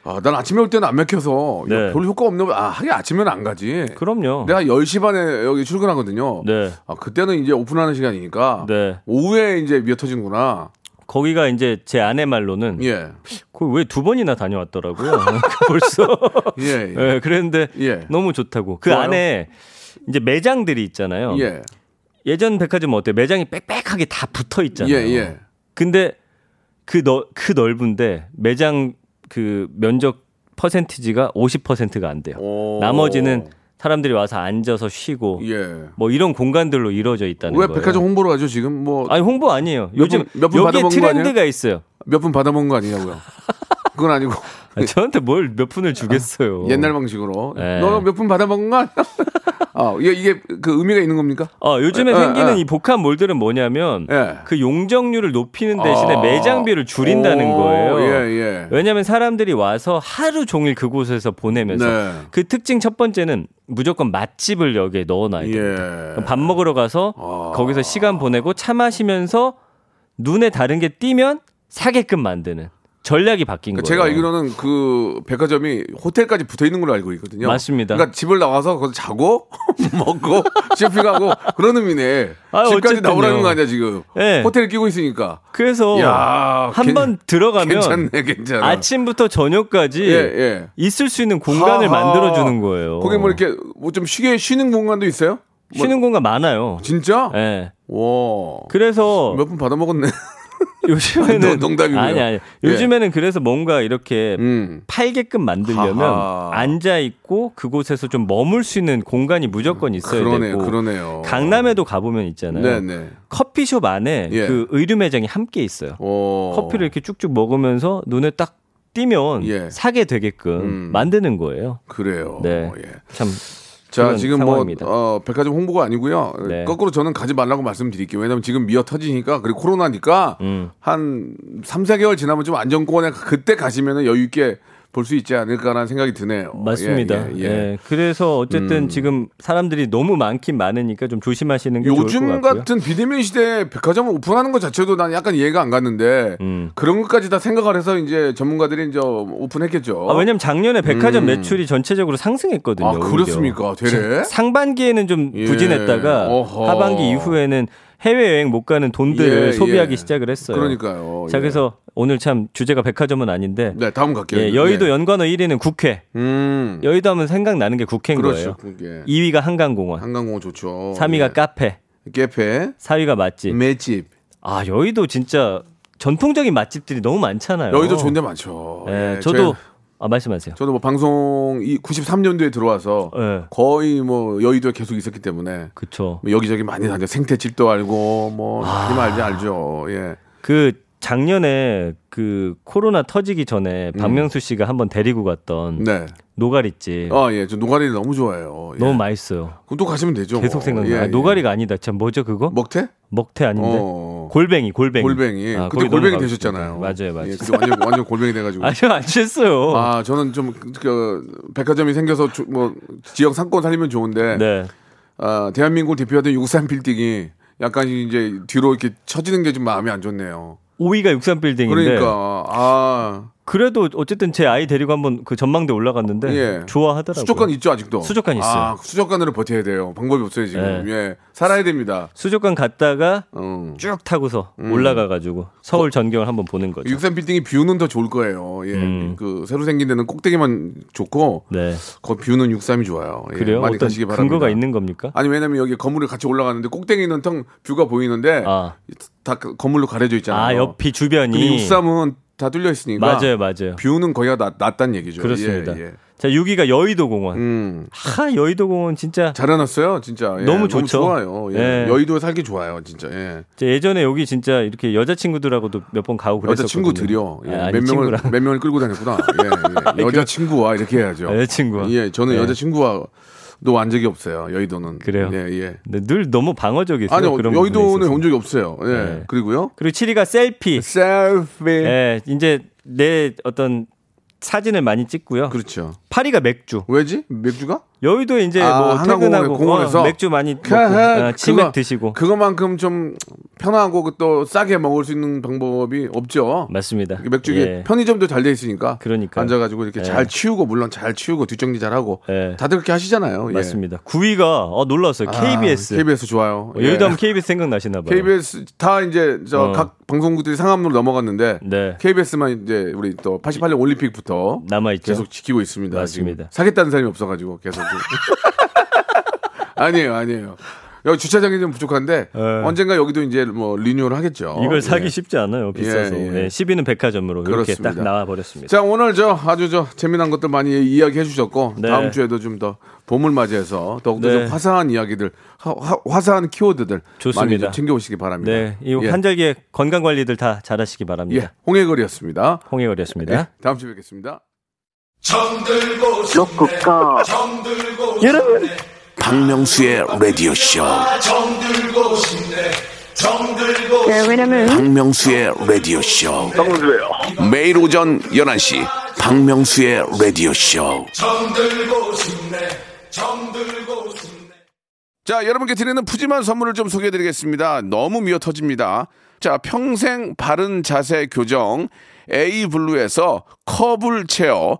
[SPEAKER 8] 아, 난 아침에 올 때는 안 맥혀서 이거
[SPEAKER 10] 네.
[SPEAKER 8] 별 효과 없는 거. 아, 하긴 아침에는 안 가지.
[SPEAKER 10] 그럼요.
[SPEAKER 8] 내가 10시 반에 여기 출근하거든요.
[SPEAKER 10] 어. 네.
[SPEAKER 8] 아, 그때는 이제 오픈하는 시간이니까
[SPEAKER 10] 네.
[SPEAKER 8] 오후에 이제 몇 터진구나.
[SPEAKER 10] 거기가 이제 제 아내 말로는 그
[SPEAKER 8] 예.
[SPEAKER 10] 왜 두 번이나 다녀왔더라고요. (laughs) 벌써.
[SPEAKER 8] 예.
[SPEAKER 10] (laughs)
[SPEAKER 8] 예.
[SPEAKER 10] 예, 그랬는데
[SPEAKER 8] 예.
[SPEAKER 10] 너무 좋다고. 그
[SPEAKER 8] 좋아요?
[SPEAKER 10] 안에 이제 매장들이 있잖아요.
[SPEAKER 8] 예.
[SPEAKER 10] 예. 전 백화점 어때? 매장이 빽빽하게 다 붙어 있잖아요.
[SPEAKER 8] 예, 예.
[SPEAKER 10] 근데 그, 넓, 그 넓은데 매장 그 면적 퍼센티지가 50%가 안 돼요.
[SPEAKER 8] 오.
[SPEAKER 10] 어. 나머지는 사람들이 와서 앉아서 쉬고
[SPEAKER 8] 예.
[SPEAKER 10] 뭐 이런 공간들로 이루어져 있다는
[SPEAKER 8] 왜
[SPEAKER 10] 거예요.
[SPEAKER 8] 백화점 홍보로 가죠 지금 뭐
[SPEAKER 10] 아니 홍보 아니에요.
[SPEAKER 8] 몇
[SPEAKER 10] 요즘
[SPEAKER 8] 분- 몇분
[SPEAKER 10] 여기에
[SPEAKER 8] 받아먹은 거 아니에요?
[SPEAKER 10] 트렌드가 있어요.
[SPEAKER 8] 몇 푼 받아먹은 거 아니냐고요? 그건 아니고
[SPEAKER 10] 아, 저한테 뭘 몇 푼을 주겠어요.
[SPEAKER 8] 옛날 방식으로
[SPEAKER 10] 네.
[SPEAKER 8] 너몇푼 받아먹은 거 아니야? 아 이게 이게 그 의미가 있는 겁니까?
[SPEAKER 10] 어, 요즘에
[SPEAKER 8] 예,
[SPEAKER 10] 생기는
[SPEAKER 8] 예.
[SPEAKER 10] 이 복합 몰들은 뭐냐면
[SPEAKER 8] 예.
[SPEAKER 10] 그 용적률을 높이는 대신에
[SPEAKER 8] 아.
[SPEAKER 10] 매장비를 줄인다는
[SPEAKER 8] 오,
[SPEAKER 10] 거예요.
[SPEAKER 8] 예, 예.
[SPEAKER 10] 왜냐하면 사람들이 와서 하루 종일 그곳에서 보내면서
[SPEAKER 8] 네.
[SPEAKER 10] 그 특징 첫 번째는 무조건 맛집을 여기에 넣어놔야 돼요.
[SPEAKER 8] 예. 아.
[SPEAKER 10] 밥 먹으러 가서 거기서 시간 보내고 차 마시면서 눈에 다른 게 띄면 사게끔 만드는 전략이 바뀐
[SPEAKER 8] 그러니까
[SPEAKER 10] 거예요.
[SPEAKER 8] 제가 알기로는 그 백화점이 호텔까지 붙어 있는 걸로 알고 있거든요.
[SPEAKER 10] 맞습니다.
[SPEAKER 8] 그러니까 집을 나와서 거기서 자고 (laughs) 먹고 쇼핑하고 그런 의미네.
[SPEAKER 10] 아유,
[SPEAKER 8] 집까지
[SPEAKER 10] 어쨌든요.
[SPEAKER 8] 나오라는 거 아니야 지금?
[SPEAKER 10] 예.
[SPEAKER 8] 호텔 끼고 있으니까.
[SPEAKER 10] 그래서
[SPEAKER 8] 야, 괜-
[SPEAKER 10] 한 번 들어가면
[SPEAKER 8] 괜찮네, 괜찮아.
[SPEAKER 10] 아침부터 저녁까지
[SPEAKER 8] 예, 예.
[SPEAKER 10] 있을 수 있는 공간을
[SPEAKER 8] 하하.
[SPEAKER 10] 만들어 주는 거예요.
[SPEAKER 8] 거기 뭐 이렇게 뭐 좀 쉬게 쉬는 공간도 있어요? 뭐-
[SPEAKER 10] 쉬는 공간 많아요.
[SPEAKER 8] 진짜?
[SPEAKER 10] 예.
[SPEAKER 8] 와.
[SPEAKER 10] 그래서 예.
[SPEAKER 8] 몇 분 받아 먹었네. 농-
[SPEAKER 10] 요즘에는
[SPEAKER 8] 농담이고요. 예.
[SPEAKER 10] 아니 아니. 요즘에는 그래서 뭔가 이렇게
[SPEAKER 8] 음.
[SPEAKER 10] 팔게끔 만들려면
[SPEAKER 8] 하하.
[SPEAKER 10] 앉아 있고 그곳에서 좀 머물 수 있는 공간이 무조건 있어야
[SPEAKER 8] 음, 그러네요.
[SPEAKER 10] 되고
[SPEAKER 8] 그러네요.
[SPEAKER 10] 강남에도 가보면 있잖아요.
[SPEAKER 8] 네, 네.
[SPEAKER 10] 커피숍 안에
[SPEAKER 8] 예.
[SPEAKER 10] 그 의류 매장이 함께 있어요.
[SPEAKER 8] 오.
[SPEAKER 10] 커피를 이렇게 쭉쭉 먹으면서 눈에 딱 띄면
[SPEAKER 8] 예.
[SPEAKER 10] 사게 되게끔
[SPEAKER 8] 음.
[SPEAKER 10] 만드는 거예요.
[SPEAKER 8] 그래요.
[SPEAKER 10] 네.
[SPEAKER 8] 예.
[SPEAKER 10] 참
[SPEAKER 8] 자,
[SPEAKER 10] 그런
[SPEAKER 8] 지금
[SPEAKER 10] 상황입니다.
[SPEAKER 8] 뭐 어, 백화점 홍보가 아니고요.
[SPEAKER 10] 네.
[SPEAKER 8] 거꾸로 저는 가지 말라고 말씀드릴게요. 왜냐면 지금 미어 터지니까 그리고 코로나니까
[SPEAKER 10] 음.
[SPEAKER 8] 한 3, 4개월 지나면 좀 안정권에 그때 가시면은 여유 있게 볼 수 있지 않을까라는 생각이 드네요.
[SPEAKER 10] 맞습니다.
[SPEAKER 8] 예,
[SPEAKER 10] 예,
[SPEAKER 8] 예, 예.
[SPEAKER 10] 그래서 어쨌든
[SPEAKER 8] 음.
[SPEAKER 10] 지금 사람들이 너무 많긴 많으니까 좀 조심하시는 게 좋을
[SPEAKER 8] 요즘
[SPEAKER 10] 것 같고요.
[SPEAKER 8] 같은 비대면 시대에 백화점을 오픈하는 것 자체도 난 약간 이해가 안 갔는데
[SPEAKER 10] 음.
[SPEAKER 8] 그런 것까지 다 생각을 해서 이제 전문가들이 이제 오픈했겠죠.
[SPEAKER 10] 아, 왜냐면 작년에 백화점
[SPEAKER 8] 음.
[SPEAKER 10] 매출이 전체적으로 상승했거든요.
[SPEAKER 8] 아,
[SPEAKER 10] 오히려.
[SPEAKER 8] 그렇습니까? 되레?
[SPEAKER 10] 상반기에는 좀
[SPEAKER 8] 예.
[SPEAKER 10] 부진했다가
[SPEAKER 8] 어허.
[SPEAKER 10] 하반기 이후에는 해외여행 못 가는 돈들을
[SPEAKER 8] 예,
[SPEAKER 10] 소비하기
[SPEAKER 8] 예.
[SPEAKER 10] 시작을 했어요.
[SPEAKER 8] 그러니까요.
[SPEAKER 10] 자,
[SPEAKER 8] 예.
[SPEAKER 10] 그래서 오늘 참 주제가 백화점은 아닌데
[SPEAKER 8] 네, 다음 갈게요.
[SPEAKER 10] 예, 여의도
[SPEAKER 8] 예.
[SPEAKER 10] 연관어 1위는 국회.
[SPEAKER 8] 음.
[SPEAKER 10] 여의도 하면 생각나는 게 국회인
[SPEAKER 8] 그렇죠.
[SPEAKER 10] 거예요.
[SPEAKER 8] 그게.
[SPEAKER 10] 2위가 한강공원,
[SPEAKER 8] 한강공원 좋죠.
[SPEAKER 10] 3위가 예.
[SPEAKER 8] 예. 네.
[SPEAKER 10] 카페,
[SPEAKER 8] 깨페,
[SPEAKER 10] 4위가 맛집.
[SPEAKER 8] 매집.
[SPEAKER 10] 아, 여의도 진짜 전통적인 맛집들이 너무 많잖아요.
[SPEAKER 8] 여의도 좋은 데 많죠.
[SPEAKER 10] 어. 예,
[SPEAKER 8] 예,
[SPEAKER 10] 저도
[SPEAKER 8] 제-
[SPEAKER 10] 아, 말씀하세요.
[SPEAKER 8] 저도 뭐 방송 이 93년도에 들어와서
[SPEAKER 10] 예.
[SPEAKER 8] 거의 뭐 여의도에 계속 있었기 때문에
[SPEAKER 10] 그쵸.
[SPEAKER 8] 뭐 여기저기 많이 다녀 생태집도 알고 뭐
[SPEAKER 10] 아.
[SPEAKER 8] 많이 알지 알죠. 예.
[SPEAKER 10] 그 작년에 그 코로나 터지기 전에 박명수 씨가 한번 데리고 갔던
[SPEAKER 8] 음. 네.
[SPEAKER 10] 노가리집
[SPEAKER 8] 아 예. 저 노가리를 너무 좋아해요. 예.
[SPEAKER 10] 너무 맛있어요.
[SPEAKER 8] 그럼 또 가시면 되죠.
[SPEAKER 10] 계속
[SPEAKER 8] 뭐.
[SPEAKER 10] 생각나.
[SPEAKER 8] 예,
[SPEAKER 10] 아,
[SPEAKER 8] 예.
[SPEAKER 10] 노가리가 아니다. 참 뭐죠 그거?
[SPEAKER 8] 먹태?
[SPEAKER 10] 먹태 아닌데
[SPEAKER 8] 어.
[SPEAKER 10] 골뱅이 골뱅이.
[SPEAKER 8] 골뱅이. 그때
[SPEAKER 10] 아, 거기 너무
[SPEAKER 8] 골뱅이
[SPEAKER 10] 가고
[SPEAKER 8] 되셨잖아요.
[SPEAKER 10] 싶어요. 맞아요 맞아요.
[SPEAKER 8] 예, 그때 완전 완전 골뱅이 돼가지고.
[SPEAKER 10] (laughs) 아니요 안 취했어요.
[SPEAKER 8] 아 저는 좀 그 백화점이 생겨서 주- 뭐 지역 상권 살리면 좋은데
[SPEAKER 10] 네.
[SPEAKER 8] 아, 대한민국을 대표하던 63 빌딩이 약간 이제 뒤로 이렇게 처지는 게 좀 마음이 안 좋네요.
[SPEAKER 10] 5위가 63 빌딩인데.
[SPEAKER 8] 그러니까 아
[SPEAKER 10] 그래도 어쨌든 제 아이 데리고 한번 그 전망대 올라갔는데
[SPEAKER 8] 예.
[SPEAKER 10] 좋아하더라고요.
[SPEAKER 8] 수족관 있죠 아직도.
[SPEAKER 10] 수족관 있어요.
[SPEAKER 8] 아, 수족관으로 버텨야 돼요. 방법이 없어요 지금.
[SPEAKER 10] 네.
[SPEAKER 8] 예, 살아야 됩니다.
[SPEAKER 10] 수족관 갔다가
[SPEAKER 8] 음.
[SPEAKER 10] 쭉 타고서 올라가가지고 서울 전경을 한번 보는 거죠.
[SPEAKER 8] 63 빌딩이 뷰는 더 좋을 거예요. 예,
[SPEAKER 10] 그렇죠. 음.
[SPEAKER 8] 그 새로 생긴 데는 꼭대기만 좋고
[SPEAKER 10] 네.
[SPEAKER 8] 그 뷰는 63이 좋아요. 예,
[SPEAKER 10] 그래요?
[SPEAKER 8] 많이
[SPEAKER 10] 어떤
[SPEAKER 8] 가시기 바랍니다.
[SPEAKER 10] 근거가 있는 겁니까?
[SPEAKER 8] 아니 왜냐면 여기 건물을 같이 올라가는데 꼭대기는 텅 뷰가 보이는데
[SPEAKER 10] 아,
[SPEAKER 8] 다 그- 건물로 가려져 있잖아요.
[SPEAKER 10] 아 옆이
[SPEAKER 8] 근데
[SPEAKER 10] 주변이
[SPEAKER 8] 63은 다 뚫려 있으니까
[SPEAKER 10] 맞아요, 맞아요.
[SPEAKER 8] 뷰는 거기가 낫, 낫단 얘기죠.
[SPEAKER 10] 그렇습니다.
[SPEAKER 8] 예, 예.
[SPEAKER 10] 자, 6위가 여의도 공원.
[SPEAKER 8] 음,
[SPEAKER 10] 하 여의도 공원 진짜
[SPEAKER 8] 잘 해놨어요, 진짜. 예,
[SPEAKER 10] 너무 좋죠.
[SPEAKER 8] 좋아요. 예.
[SPEAKER 10] 예.
[SPEAKER 8] 여의도에 살기 좋아요, 진짜. 예.
[SPEAKER 10] 제 예전에 여기 진짜 이렇게 여자 친구들하고도 몇 번 가고 그랬었거든요.
[SPEAKER 8] 여자 친구 들여 예,
[SPEAKER 10] 아, 아니,
[SPEAKER 8] 몇 명을
[SPEAKER 10] 친구랑. (laughs)
[SPEAKER 8] 몇 명을 끌고 다녔구나. 예, 예. 여자 친구와 이렇게 해야죠.
[SPEAKER 10] 여자 친구와.
[SPEAKER 8] 예, 저는
[SPEAKER 10] 예.
[SPEAKER 8] 여자 친구와도 안 적이 없어요. 여의도는
[SPEAKER 10] 그래요?
[SPEAKER 8] 예, 예.
[SPEAKER 10] 근데 늘 너무 방어적이세요.
[SPEAKER 8] 아니
[SPEAKER 10] 그런 부분에
[SPEAKER 8] 여의도는
[SPEAKER 10] 있어서.
[SPEAKER 8] 온 적이 없어요. 예.
[SPEAKER 10] 예.
[SPEAKER 8] 그리고요.
[SPEAKER 10] 그리고 7위가 셀피.
[SPEAKER 8] 셀피.
[SPEAKER 10] 예, 이제 내 어떤 사진을 많이 찍고요.
[SPEAKER 8] 그렇죠.
[SPEAKER 10] 8위가 맥주.
[SPEAKER 8] 왜지? 맥주가?
[SPEAKER 10] 여의도 이제
[SPEAKER 8] 아,
[SPEAKER 10] 뭐
[SPEAKER 8] 한강공원에,
[SPEAKER 10] 퇴근하고
[SPEAKER 8] 공원에서?
[SPEAKER 10] 어, 맥주 많이 먹고
[SPEAKER 8] 그거-
[SPEAKER 10] 아, 치맥
[SPEAKER 8] 그거-
[SPEAKER 10] 드시고.
[SPEAKER 8] 그거만큼 좀 편하고 그 또 싸게 먹을 수 있는 방법이 없죠.
[SPEAKER 10] 맞습니다.
[SPEAKER 8] 맥주기
[SPEAKER 10] 예.
[SPEAKER 8] 편의점도 잘 돼 있으니까
[SPEAKER 10] 그러니까요.
[SPEAKER 8] 앉아가지고 이렇게
[SPEAKER 10] 예.
[SPEAKER 8] 잘 치우고 물론 잘 치우고 뒷정리 잘하고
[SPEAKER 10] 예.
[SPEAKER 8] 다들 그렇게 하시잖아요. 예.
[SPEAKER 10] 맞습니다. 9위가 어 놀랐어요.
[SPEAKER 8] 아,
[SPEAKER 10] KBS.
[SPEAKER 8] KBS 좋아요.
[SPEAKER 10] 어, 여의도
[SPEAKER 8] 예.
[SPEAKER 10] 하면 KBS 생각나시나 봐요.
[SPEAKER 8] KBS 다 이제 저
[SPEAKER 10] 네. 어.
[SPEAKER 8] 각 방송국들이 상암으로 넘어갔는데
[SPEAKER 10] 네.
[SPEAKER 8] KBS만 이제 우리 또 88년 올림픽부터
[SPEAKER 10] 남아 있죠.
[SPEAKER 8] 계속 지키고 있습니다.
[SPEAKER 10] 맞습니다.
[SPEAKER 8] 지금 사겠다는 사람이 없어가지고 계속. (laughs) 아니에요, 아니에요. 여기 주차장이 좀 부족한데
[SPEAKER 10] 예.
[SPEAKER 8] 언젠가 여기도 이제 뭐 리뉴얼 하겠죠.
[SPEAKER 10] 이걸 사기
[SPEAKER 8] 예.
[SPEAKER 10] 쉽지 않아요. 비싸서.
[SPEAKER 8] 예, 예.
[SPEAKER 10] 예, 10위는 백화점으로 이렇게
[SPEAKER 8] 그렇습니다.
[SPEAKER 10] 딱 나와 버렸습니다.
[SPEAKER 8] 자 오늘 저 아주 저 재미난 것들 많이 이야기해 주셨고
[SPEAKER 10] 네.
[SPEAKER 8] 다음 주에도 좀 더 봄을 맞이해서 더욱더
[SPEAKER 10] 네.
[SPEAKER 8] 좀 화사한 이야기들 화, 사한 키워드들 많이
[SPEAKER 10] 좋습니다.
[SPEAKER 8] 좀 챙겨오시기 바랍니다.
[SPEAKER 10] 네, 이
[SPEAKER 8] 예.
[SPEAKER 10] 환절기에 건강 관리들 다 잘하시기
[SPEAKER 8] 예,
[SPEAKER 10] 바랍니다.
[SPEAKER 8] 홍해걸이었습니다.
[SPEAKER 10] 홍해걸이었습니다.
[SPEAKER 8] 예, 다음 주에 뵙겠습니다.
[SPEAKER 6] 로쿠꺼
[SPEAKER 3] 여러분 박명수의 라디오 쇼 어,
[SPEAKER 7] 네, 왜냐면
[SPEAKER 3] 박명수의 라디오 쇼 매일 오전 11시 박명수의 라디오 쇼
[SPEAKER 8] 자, 여러분께 드리는 푸짐한 선물을 좀 소개해 드리겠습니다. 너무 미어 터집니다. 자, 평생 바른 자세 교정 에이블루에서 커블 체어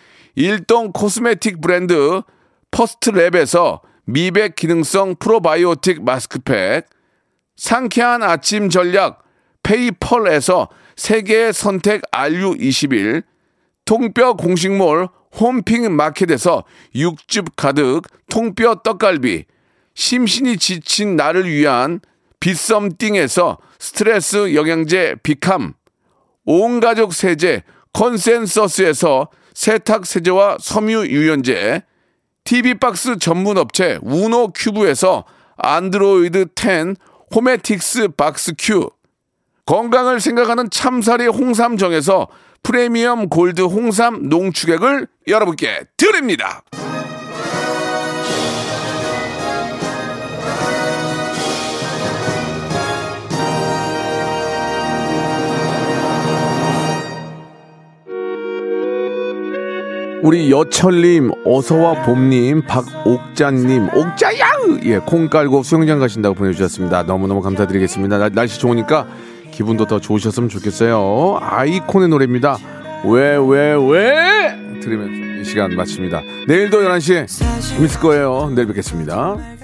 [SPEAKER 8] 일동 코스메틱 브랜드 퍼스트랩에서 미백 기능성 프로바이오틱 마스크팩, 상쾌한 아침 전략 페이펄에서 세계의 선택 RU21 통뼈 공식몰 홈핑 마켓에서 육즙 가득 통뼈 떡갈비 심신이 지친 나를 위한 비썸띵에서 스트레스 영양제 비캄 온가족 세제 컨센서스에서 세탁 세제와 섬유 유연제, TV 박스 전문 업체 우노 큐브에서 안드로이드 10 호메틱스 박스 큐, 건강을 생각하는 참사리 홍삼정에서 프리미엄 골드 홍삼 농축액을 여러분께 드립니다.
[SPEAKER 3] 우리 여철님, 어서와 봄님, 박옥자님, 옥자양! 예, 콩 깔고 수영장 가신다고 보내주셨습니다. 너무너무 감사드리겠습니다. 날, 날씨 좋으니까 기분도 더 좋으셨으면 좋겠어요. 아이콘의 노래입니다. 왜, 왜, 왜? 들으면서 이 시간 마칩니다. 내일도 11시에 재밌을 거예요. 내일 뵙겠습니다.